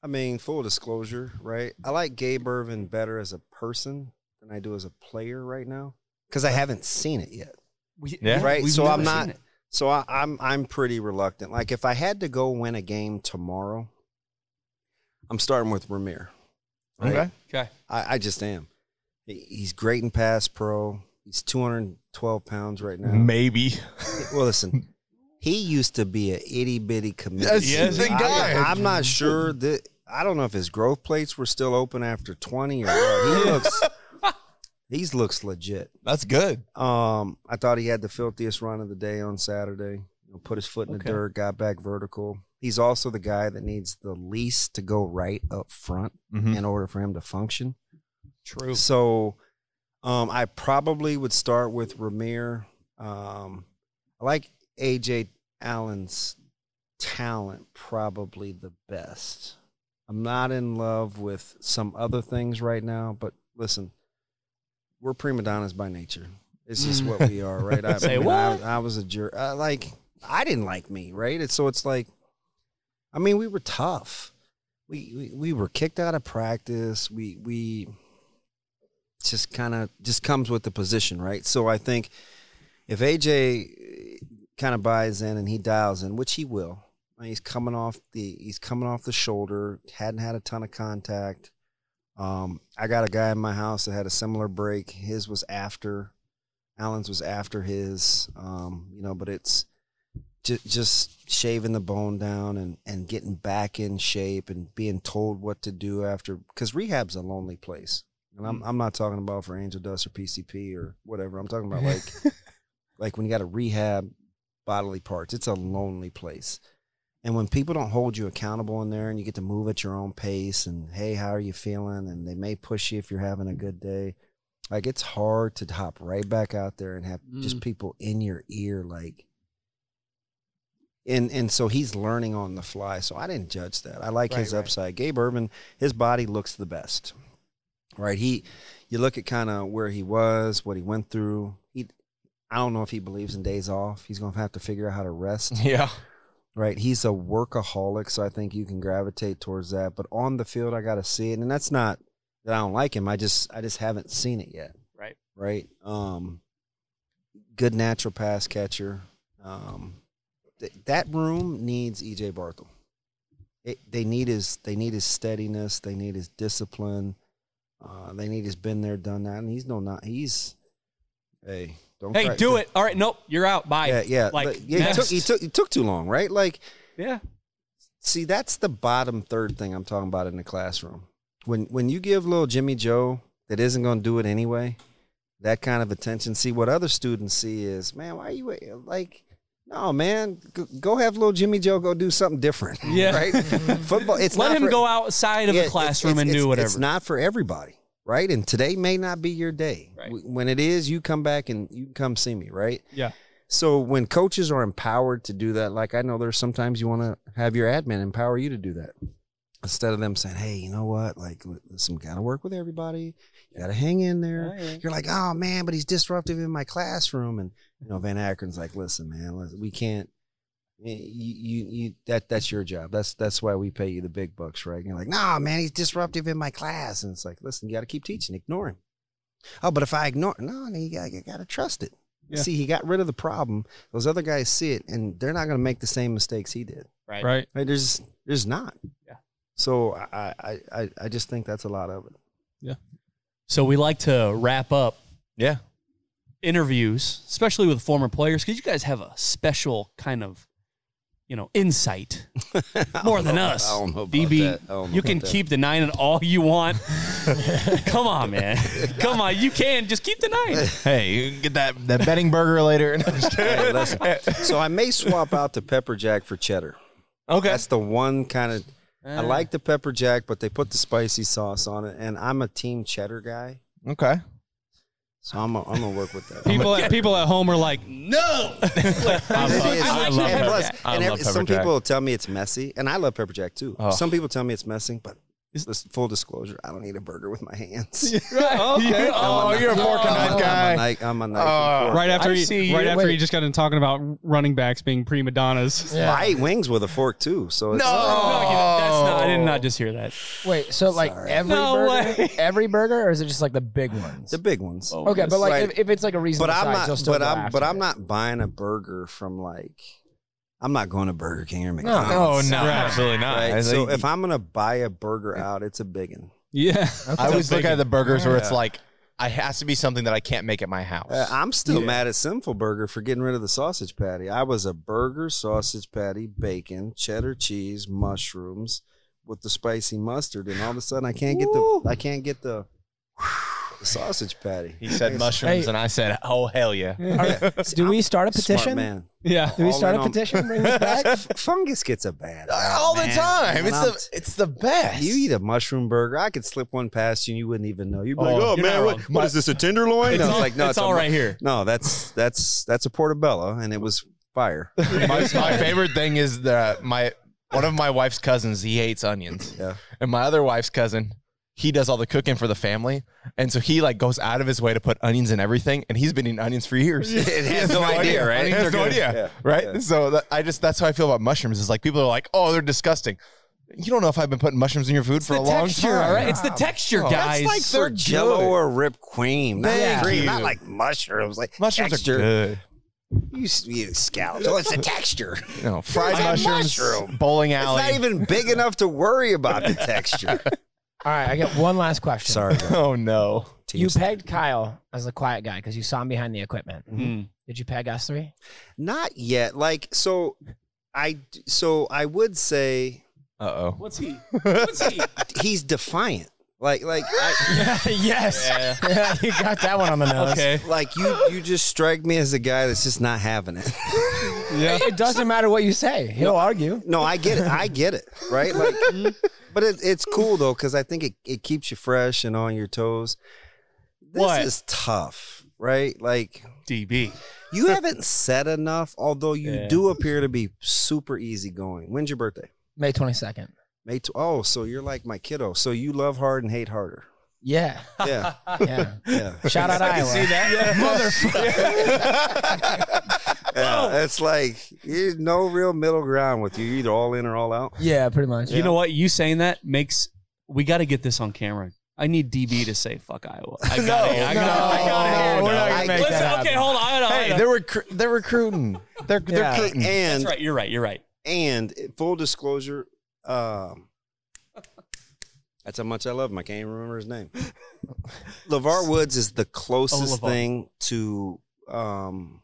I mean, full disclosure, right? I like Gabe Irvin better as a person than I do as a player right now because I haven't seen it yet, We, Yeah. right? we've so never I'm seen not. it. So I, I'm I'm pretty reluctant. Like if I had to go win a game tomorrow, I'm starting with Ramir. Right? Okay. Okay. I, I just am. He- He's great in pass pro. He's 212 pounds right now. Maybe. Well, listen, he used to be an itty bitty comedian. Yes, Yes, thank I, God. I'm not sure that I don't know if his growth plates were still open after 20 or what. He looks, [LAUGHS] these looks legit. That's good. Um, I thought he had the filthiest run of the day on Saturday. You know, put his foot in the dirt, got back vertical. He's also the guy that needs the least to go right up front Mhm. in order for him to function. True. So um, I probably would start with Ramir. Um, I like AJ Allen's talent probably the best. I'm not in love with some other things right now, but listen, we're prima donnas by nature. It's just what we are, right? I, [LAUGHS] Say I what? I, I was a jerk. Uh, like I didn't like me, right? It's, so it's like, I mean, we were tough. We we, we were kicked out of practice. We we just kind of just comes with the position, right? So I think if AJ kind of buys in and he dials in, which he will, I mean, he's coming off the he's coming off the shoulder, hadn't had a ton of contact. Um, I got a guy in my house that had a similar break. His was after, Allen's was after his. Um, you know, but it's just, just shaving the bone down and and getting back in shape and being told what to do after because rehab's a lonely place. And I'm I'm not talking about for angel dust or PCP or whatever. I'm talking about like like when you got to rehab bodily parts. It's a lonely place. And when people don't hold you accountable in there and you get to move at your own pace and hey, how are you feeling? And they may push you if you're having a good day. Like it's hard to hop right back out there and have just people in your ear like and and so he's learning on the fly. So I didn't judge that. I like his upside. Gabe Urban, his body looks the best. Right? He you look at kind of where he was, what he went through. He I don't know if he believes in days off. He's going to have to figure out how to rest Yeah. right? He's a workaholic, so I think you can gravitate towards that. But on the field, I got to see it, and that's not that I don't like him. I just I just haven't seen it yet. Right. right? Um, good natural pass catcher. Um, th- that room needs EJ Barthel. It, they need his they need his steadiness. They need his discipline. Uh, they need his been there, done that. And he's no not he's. Hey, don't Hey, cry- do it. All right, nope, you're out. Bye. Yeah, yeah. Like, Like, yeah, he took, he next. took he took too long, right? Like, yeah. See, that's the bottom third thing I'm talking about in the classroom. When when you give little Jimmy Joe that isn't going to do it anyway, that kind of attention. See what other students see is, man, why are you wait- like? No, man, go, go have little Jimmy Joe go do something different. Yeah. [LAUGHS] [LAUGHS] right. Football. It's Let not him for- go outside of Yeah, the it's- classroom it's- and it's- do whatever. It's not for everybody, right? And today may not be your day. Right. When it is, you come back and you can come see me, right? Yeah. So when coaches are empowered to do that, like I know there's sometimes you want to have your admin empower you to do that instead of them saying, "Hey, you know what? Like, l- listen, got to work with everybody. You got to hang in there." You're like, "Oh man, but he's disruptive in my classroom." And you know, Van Akron's like, "Listen, man, listen, we can't." Eh, You, you, you, that that's your job. That's that's why we pay you the big bucks, right? And you're like, "Nah, man, he's disruptive in my class." And it's like, "Listen, you got to keep teaching. Ignore him." Oh, but if I ignore, no, no, you got you got to trust it. Yeah. See, he got rid of the problem. Those other guys see it, and they're not going to make the same mistakes he did. Right. Right. Like, there's there's not. Yeah. So I I I, I just think that's a [LAUGHS] lot of it. So we like to wrap up. Yeah. Interviews, especially with former players, because you guys have a special kind of, you know, [LAUGHS] insight more than know- us. I don't know about DB, that. I don't know you can about that. keep denying it all you want. [LAUGHS] Come on, man. Come on, you can just keep denying. it. Hey, you can get that that betting burger later. [LAUGHS] Hey, listen, so I may swap out the pepper jack for cheddar. Okay. That's the one kind of. I Ah. like the pepper jack, but they put the spicy sauce on it, and I'm a team cheddar guy, okay. so I'm i I'm gonna work with [LAUGHS] that. People at, people at home are like, no. And it is. I And love pepper plus- jack. I and love every- pepper some jack. people tell me it's messy, and I love pepper jack too. Oh. Some people tell me it's messy, but this full disclosure, I don't eat a burger with [LAUGHS] my hands. okay. I'm Oh, a you're a knife- fork and knife I'm a- I'm a guy. knife, I'm a knife. Oh. and fork. Right after I he, see you. right after he Wait. just got done talking about running backs being prima donnas. Well, I eat wings with a fork too, so it's, That's Oh. not. I did not just hear that. Wait, so like every No burger, way. [LAUGHS] every burger, or is it just like the big ones? the big ones. Oh, okay, but like Right. if, if it's like a reasonable but I'm size, not. you'll still But go I'm. after But it. [LAUGHS] I'm not buying a burger from like. I'm not going to Burger King or No. Oh McDonald's. no, absolutely not. Right? I So think- if I'm gonna buy a burger out, it's a big one. Yeah. I always look at the burgers where it's Yeah. like, I has to be something that I can't make at my house. Uh, I'm still mad at Sinful Burger for getting rid of the sausage patty. I was a burger, sausage patty, bacon, cheddar cheese, mushrooms with the spicy mustard, and all of a sudden I can't get the I can't get the, the sausage patty. he said mushrooms, and I said, "Oh hell yeah!" [LAUGHS] Do we start a Smart petition? man. Yeah. Do we All start in a on- [LAUGHS] petition? Bring this back. F- fungus gets a bad rap, Uh, All the man. time. And It's I'm- the it's the best. you eat a mushroom burger. I could slip one past you, and you wouldn't even know. You'd be like, Oh, "Oh you're man, not what, wrong. what is this? A tenderloin?" It's No, all- like, "No, it's a all mu- right here." No, that's that's that's a portobello, and it was [LAUGHS] fire. [LAUGHS] my, my favorite thing is the my one of my wife's cousins he hates onions Yeah. and my other wife's cousin he does all the cooking for the family and so he like goes out of his way to put onions in everything and he's been eating onions for years It has He [LAUGHS] no idea, right? He has They're no good. idea Yeah. right Yeah. so that, i just that's how i feel about mushrooms is like people are like oh they're disgusting you don't know if i've been putting mushrooms in your food for a the long texture, time all right? It's the texture, guys. that's like for they're Jello good. or whipped cream. Not Thank cream, you. not like mushrooms. Like mushrooms texture. are good You s- you scallops. Oh, it's the texture. [LAUGHS] It's you know, fried It's a mushrooms mushroom. bowling alley not even big enough to worry about [LAUGHS] the texture. All right, I got one last question. Sorry. bro. oh no You pegged Kyle as the quiet guy because you saw him behind the equipment. Mm-hmm. Mm-hmm. Did you peg [LAUGHS] us three? Not yet. Like so, I d- so I would say uh-oh What's he? [LAUGHS] What's he? he's defiant. Like like I, [LAUGHS] yes. you got that one on the [LAUGHS] nose. okay. like you you just strike me as a guy that's just not having it. It doesn't matter what you say. He'll argue. No, I get it. I get it. Right. [LAUGHS] Like, Mm-hmm. but it, it's cool though because I think it, it keeps you fresh and on your toes. This What? is tough, right? Like DB. you haven't said enough, although you Yeah. do appear to be super easygoing. When's your birthday? May 22nd. May tw- oh, so you're like my kiddo. So you love hard and hate [LAUGHS] harder. Yeah. Yeah, Yeah. yeah. Shout out Iowa. [LAUGHS] Oh. yeah it's like there's no real middle ground with you. You're either all in or all out. Yeah, pretty much. You know what? You saying that makes we got to get this on camera. I need DB to say fuck Iowa. I got it. I got it. I got it. no, we're not gonna make Listen, that happen. okay, hold on. I gotta- I Hey, gotta- they're recru- they're recruiting. They're they're Yeah. recruiting. And That's right. You're right. You're right. and full disclosure, um, that's how much I love him. I can't even remember his name. LeVar Woods is the closest Oh, LeVar. thing to um,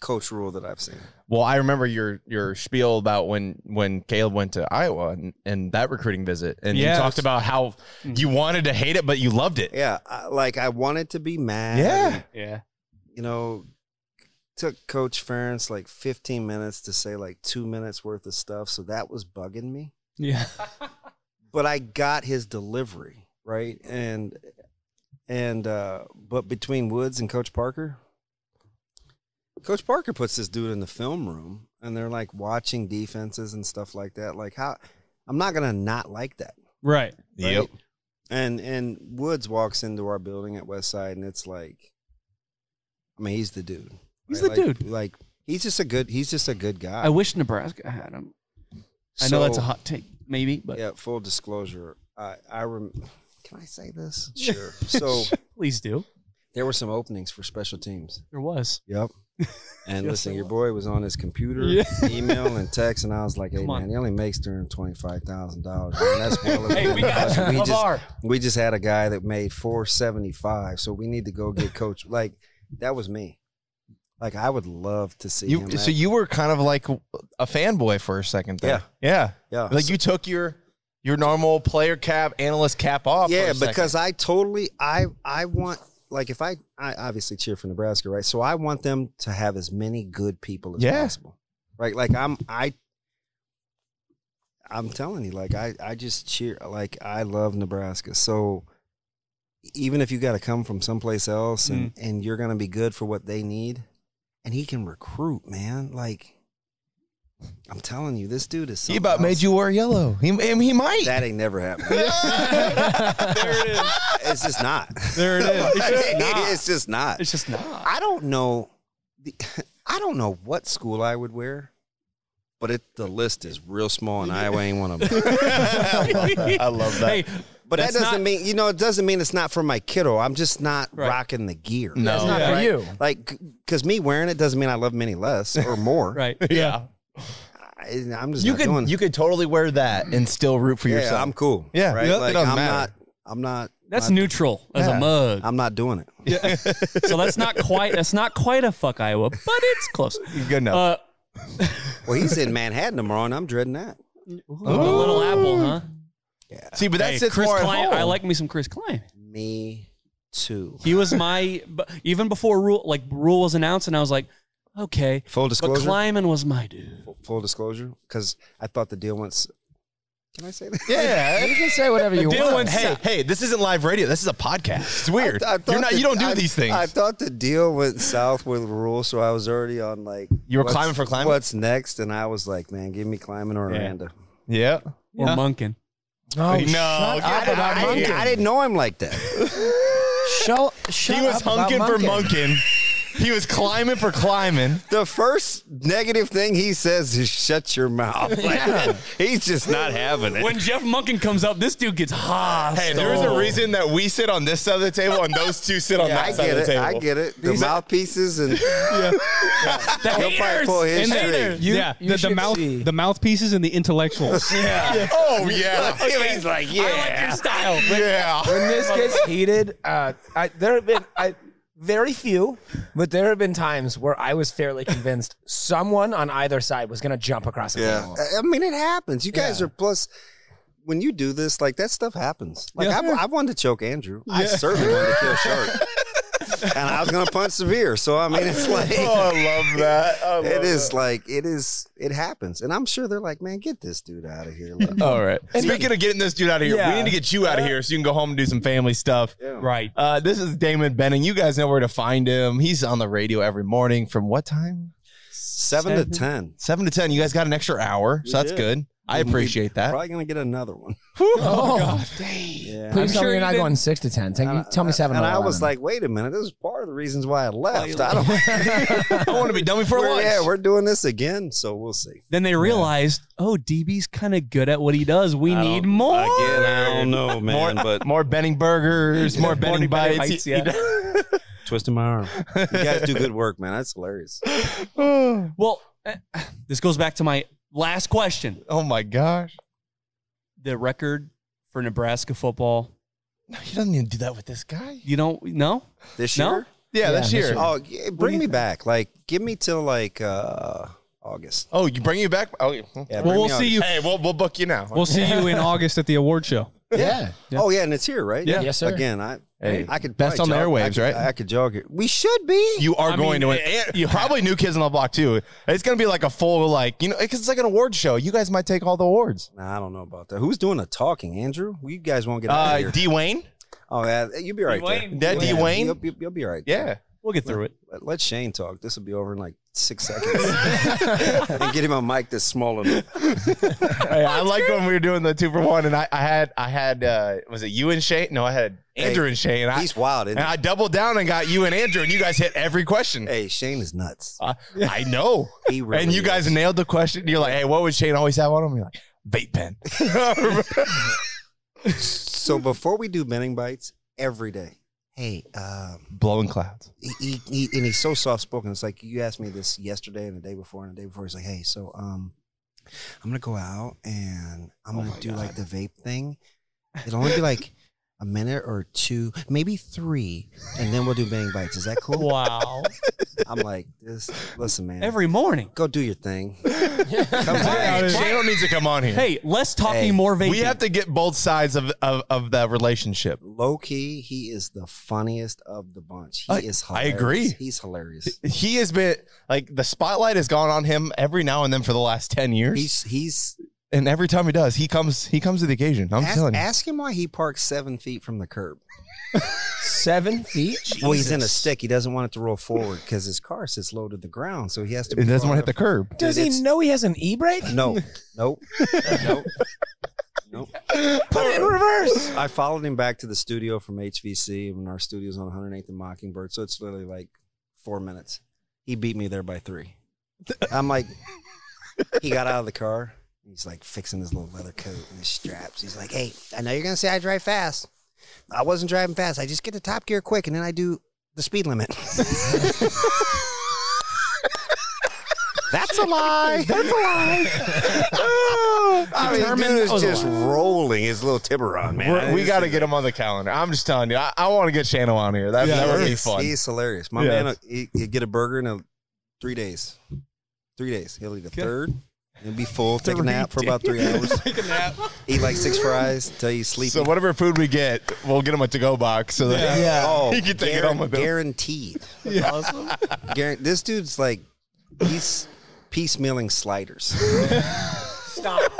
Coach Rule that I've seen. Well, I remember your your spiel about when when Caleb went to Iowa and, and that recruiting visit, and Yes. you talked about how Mm-hmm. you wanted to hate it, but you loved it. Yeah, I, like I wanted to be mad. Yeah. and, Yeah. you know, took Coach Ferentz like 15 minutes to say like two minutes worth of stuff, so that was bugging me. Yeah. but I got his delivery right, and and uh, but between Woods and Coach Parker, Coach Parker puts this dude in the film room, and they're like watching defenses and stuff like that. Like how I'm not gonna not like that. Right. Right? And and Woods walks into our building at West Side, and it's like, I mean, he's the dude. He's right? the Like- dude. Like he's just a good. He's just a good guy. I wish Nebraska had him. I know that's a So- hot take, maybe, but yeah. Full disclosure, I I rem- can I say this? [LAUGHS] Sure. So [LAUGHS] please do. there were some openings for special teams. There was. [LAUGHS] Yep. And Yes, listen, there your boy was on his computer, Yeah. [LAUGHS] email and text, and I was like, "Hey Come on. man, he only makes three hundred twenty-five thousand dollars. That's [LAUGHS] well Hey, we got above the budget. LeVar. just we just had a guy that made four seventy-five, so we need to go get coach. Like that was me. Like I would love to see You him. so at- you were kind of like a fanboy for a second there. Yeah. Yeah. Like you took your your normal player cap, analyst cap off. for Yeah, a second. because I totally I I want like if I I obviously cheer for Nebraska, right? So I want them to have as many good people as Yeah. possible. Right? Like I'm I I'm telling you, like I I just cheer like I love Nebraska. So even if you got to come from someplace else and Mm. and you're going to be good for what they need and he can recruit, man. Like I'm telling you, this dude is he something about made else. you wear yellow. He, I mean, he might. That ain't never happened. there it is. It's just not. There it is. It's [LAUGHS] just not. It's just not. I don't know. the- [LAUGHS] I don't know what school I would wear, but it the list is real small, and Iowa ain't one of them. I love that. Hey, But that That's doesn't not- mean you know. It doesn't mean it's not for my kiddo. I'm just not rocking the gear. No. It's not for you. Like, because me wearing it doesn't mean I love him any less or more. Right. Yeah. I, am just You not could doing. you could totally wear that and still root for yeah, yourself. I'm cool. Yeah. Right. Yep, it like doesn't I'm matter. not. I'm not. That's not- neutral as Yeah. a mug. I'm not doing it. so that's not quite that's not quite a fuck Iowa, but it's close. Good enough. Uh, Well, he's in Manhattan tomorrow, and I'm dreading that. a little apple, huh? See, but that's Hey, it's Chris more at Klein. I home. like me some Chris Klein. Me too. He was my but even before rule like rule was announced, and I was like, okay. Full disclosure. But Kleiman was my dude. Full disclosure, because I thought the deal once. Can I say that? Yeah. You can say whatever [LAUGHS] you Dylan, want. hey, hey, this isn't live radio. This is a podcast. It's weird. [LAUGHS] I thought You're not. the- you don't do I- these things. I thought the deal went south with rule, so I was already on like You were what's- climbing for climbing? What's next? And I was like, man, give me climbing or Aranda. yeah. Or Munkin. No, Oh, shut up get out about of here. Munkin. I, I didn't know him like that. Show, shut He was up about hunking for Munkin. munkin. He was climbing for climbing. [LAUGHS] the first negative thing he says is shut your mouth. [LAUGHS] Like, He's just not having it. When Jeff Munkin comes up, this dude gets hostile. Hey, there is a reason that we sit on this side of the table and those two sit on Yeah, that I side get of the it. table. I get it. The mouthpieces [LAUGHS] and The he'll probably haters. pull his And string. then, yeah, you the, the should mouth, see. the mouthpieces, and the intellectuals. Oh [LAUGHS] yeah, He's I like, like your style. yeah. when [LAUGHS] this gets heated, uh, I, there have been I, very few, but there have been times where I was fairly convinced someone on either side was going to jump across the Yeah. table. I- I mean, it happens. You guys Yeah. are plus. When you do this, like that stuff happens. Like I, I wanted to choke Andrew. I certainly wanted to kill Shark, [LAUGHS] and I was gonna punch Severe. So I mean, it's like [LAUGHS] Oh, I love that. I love it is like it is it happens, and I'm sure they're like, man, get this dude out of here. Like, [LAUGHS] that. All right. Speaking of getting this dude out of here, we Yeah. need to get you out of here so you can go home and do some family stuff. Right. Uh, this is Damon Benning. You guys know where to find him. He's on the radio every morning from what time? seven to ten. Seven to ten. You guys got an extra hour, so that's good. I appreciate that. Probably gonna get another one. [LAUGHS] [LAUGHS] Oh, God. Yeah. Please tell me you're not going six to ten. Tell, you, tell me seven. And or I 11. was like, wait a minute, this is part of the reasons why I left. I don't I want to be done before we're- lunch. Yeah, we're doing this again, so we'll see. Then they realized, oh, DB's kind of good at what he does. We need more. Again, I don't know, [LAUGHS] man, but more Benning burgers, more Benning bites. bites, You- you yeah. know- Twisting my arm. You guys do good work, man. That's hilarious. [LAUGHS] Well, eh, this goes back to my last question. [LAUGHS] Oh my gosh, The record for Nebraska football. no, he doesn't even do that with this guy. You don't no This year? no. Yeah, Yeah, this this year. year. Oh, yeah, bring me back. Like, give me till like uh August. Oh, you bring you back? Oh, yeah. Yeah, Well, bring we'll [LAUGHS] me see you. hey, we'll we'll book you now. We'll see you in August at the award show. yeah. August. Oh yeah, and it's here, right? Yeah. Yes, sir. Again, I Hey, I could best probably on the jog- I airwaves, could- right? I could jog here. We should be. you are I going mean, to win. And probably new kids on the block too. It's gonna be like a full like you know because it's like an award show. You guys might take all the awards. Nah, I don't know about that. Who's doing the talking, Andrew? You guys won't get out of Uh, here. D Wayne. oh, yeah, you'll be all right. Dwayne. That D there. Wayne. You'll, you'll- you'll be all right. [LAUGHS] Yeah. We'll get through it. Let, let Shane talk. This will be over in like [LAUGHS] six seconds. [LAUGHS] and get him a mic that's small enough. Hey, I like when we were doing the two for one, and I, I had I had uh, was it you and Shane? No, I had Andrew Hey, and Shane. And I, He's wild, isn't and I doubled down and got you and Andrew, and you guys hit every question. [LAUGHS] he? Hey, Shane is nuts. Uh, I know. He really and you guys is. [LAUGHS] nailed the question. You're like, hey, what would Shane always have on him? You're like, vape pen. So before we do Benning Bites every day, hey, um, [LAUGHS] Blowing clouds. he, he, he- and he's so soft spoken. It's like you asked me this yesterday and the day before and the day before. He's like, hey, so um, I'm gonna go out and I'm gonna do like the vape thing. It'll only be like a minute or two, maybe three, and then we'll do Benning Bites. Is that cool? Wow. I'm like, this. Listen, man, Every morning. go do your thing. Shane needs to come on here. Hey, less talking, Hey, more vaping. we have to get both sides of, of, of the relationship. Low key, he is the funniest of the bunch. He I- is I hilarious. agree. He's hilarious. He has been like the spotlight has gone on him every now and then for the last ten years, He's he's and every time he does, he comes he comes to the occasion. I'm ask, telling you. ask him why he parks seven feet from the curb. seven feet. Well, he's in a stick. He doesn't want it to roll forward because his car sits low to the ground, so he has to. It doesn't want to hit the farther- curb. Does Dude, he it's- know he has an e brake? No, [LAUGHS] nope, nope, nope. Put it in reverse. I followed him back to the studio from HVC, and our studio's on 108th and Mockingbird, so it's literally like four minutes. He beat me there by three. I'm like, he got out of the car. He's like fixing his little leather coat and his straps. He's like, hey, I know you're going to say I drive fast. I wasn't driving fast. I just get to top gear quick, and then I do the speed [LAUGHS] limit. That's a lie. That's a lie. [LAUGHS] I mean, dude is just rolling his little Tiburon, man. We're- we got to get him on the calendar. I'm just telling you, I, I want to get Shano on here. That, that would be He's- fun. He's hilarious. My Yeah. man, uh, he, he'll get a burger in a, three days. Three days. He'll eat a third. He'll [LAUGHS] be full. Take a nap for about three hours. take a nap. Eat like six fries till you sleep. so whatever food we get, we'll get him a to-go box. So that Oh, He can take it guaran- home with him. [LAUGHS] guaranteed. awesome. Guaran- this dude's like, he's piecemealing sliders. Stop.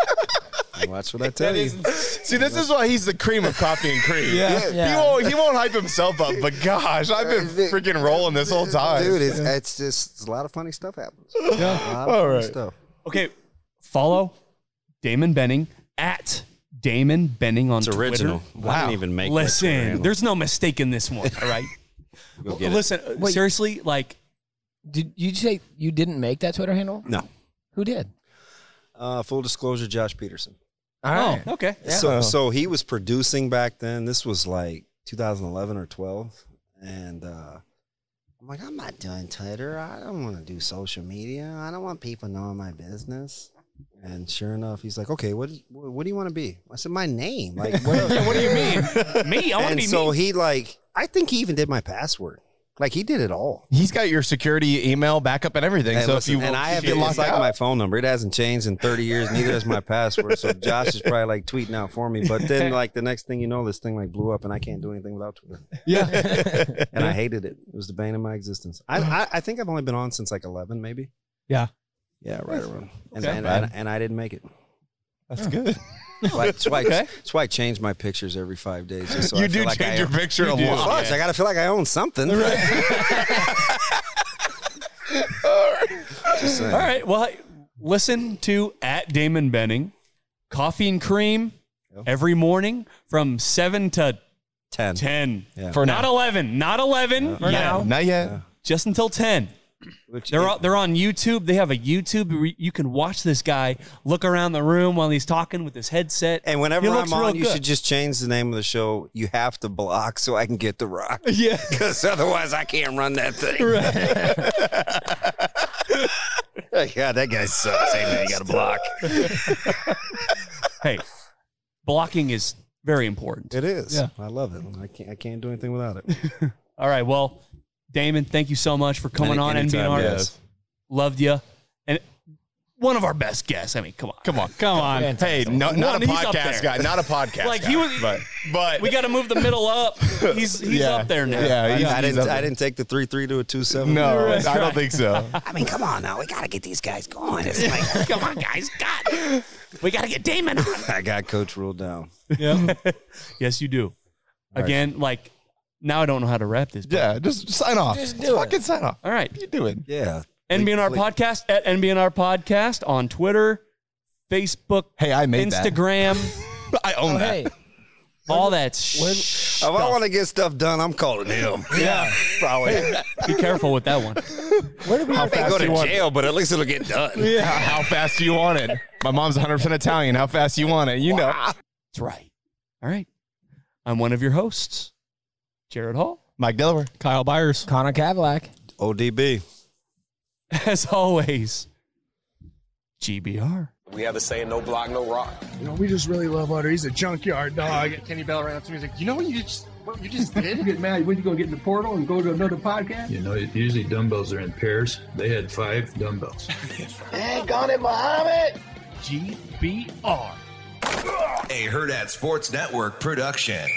Watch what I tell you. see, this is why he's the cream of coffee and cream. Yeah. He won't. He won't hype himself up. But gosh, I've been freaking rolling this whole time, Dude, it's, it's just it's a lot of funny stuff happens. A lot of All funny right. stuff. Okay, follow Damon Benning at Damon Benning on it's Twitter. original. I didn't even make that Twitter Listen, handle. there's no mistake in this one. [LAUGHS] All right. Go get it. Listen, uh, Wait. seriously, like Did you say you didn't make that Twitter handle? No. Who did? Uh, full disclosure, Josh Peterson. All right. oh, okay. So so he was producing back then. This was like 2011 or 12, and uh, I'm like, I'm not doing Twitter. I don't want to do social media. I don't want people knowing my business. And sure enough, he's like, okay, what what what do you want to be? I said, my [LAUGHS] name. Like, what, What do you [LAUGHS] mean? me? I want to and be so me. he like, I think he even did my password. Like he did it all. He's got your security email backup and everything. And, so listen, if you and I if have you it, get locked it's like out- my phone number. It hasn't changed in 30 years. Neither has my password. So Josh is probably like tweeting out for me. But then like the next thing you know, this thing like blew up, and I can't do anything without Twitter. Yeah, [LAUGHS] and I hated it. It was the bane of my existence. I, I I think I've only been on since like 11, maybe. Yeah. Yeah, right around. And, Okay. and, and, and I didn't make it. that's good. [LAUGHS] That's why, that's, why, that's why I change my pictures every five days. Just so you I do feel like change I your picture a Well, lot. fuck, I gotta feel like I own something. [LAUGHS] Just saying. All right. Well, listen to at Damon Benning Coffee and cream every morning from 7 to 10. 10. Yeah. For For not now. 11. Not 11. For Yeah. now. Not yet. Just until 10. they're, on, they're on YouTube. They have a YouTube where you can watch this guy look around the room while he's talking with his headset. And whenever He looks I'm real on, you good. should just change the name of the show. You have to block so I can get the [LAUGHS] rock. [LAUGHS] Yeah. Because otherwise I can't run that thing. [LAUGHS] yeah, that guy sucks. Hey, man, you got to block. hey, blocking is very important. It is. I love it. I can't, I can't do anything without it. All right. Well, Damon, thank you so much for coming Any- on anytime, and being our yes. Loved you. And one of our best guests. I mean, come on. Come on. Come on. Hey, no, not a One, he's up podcast there. guy. Not a [LAUGHS] podcast Like, guy, he was- But, but We got to move the middle [LAUGHS] up. He's he's Yeah. up there now. Yeah, he's- I, he's up didn't, I there. didn't take the 3 3 to a 2 7. No, That's I don't right. think so. I mean, come on now. We got to get these guys going. It's [LAUGHS] like, Come on, guys. God. We got to get Damon on. I got Coach ruled down. [LAUGHS] Yeah. [LAUGHS] yes, you do. Again, like now I don't know how to wrap this. yeah, just sign off. Just do Fucking sign off. All right. What you doing? Yeah. NBNR podcast at NBNR podcast on Twitter, Facebook. Hey, I made that. [LAUGHS] Instagram. I Oh, own that. all that. When, If I want to get stuff done, I'm calling him. Yeah. Probably. Be careful with that one. Where did we I may fast go do to you want- jail, but at least it'll get done. Yeah. How, how fast do you want it? My mom's 100% Italian. How fast do you want it? You know. That's right. All right. I'm one of your hosts, Jared Hall. Mike Delaware. Kyle Byers. Connor Cadillac. ODB. [LAUGHS] As always, GBR. We have the saying, no block, no rock. You know, we just really love Otter. He's a junkyard dog. Kenny Bell ran up to me. He's like, you know what you just, what you just did? You get mad when you go get in the portal and go to another podcast? You know, usually dumbbells are in pairs. They had five dumbbells. Dang on it, Muhammad! GBR. A Herd at Sports Network production.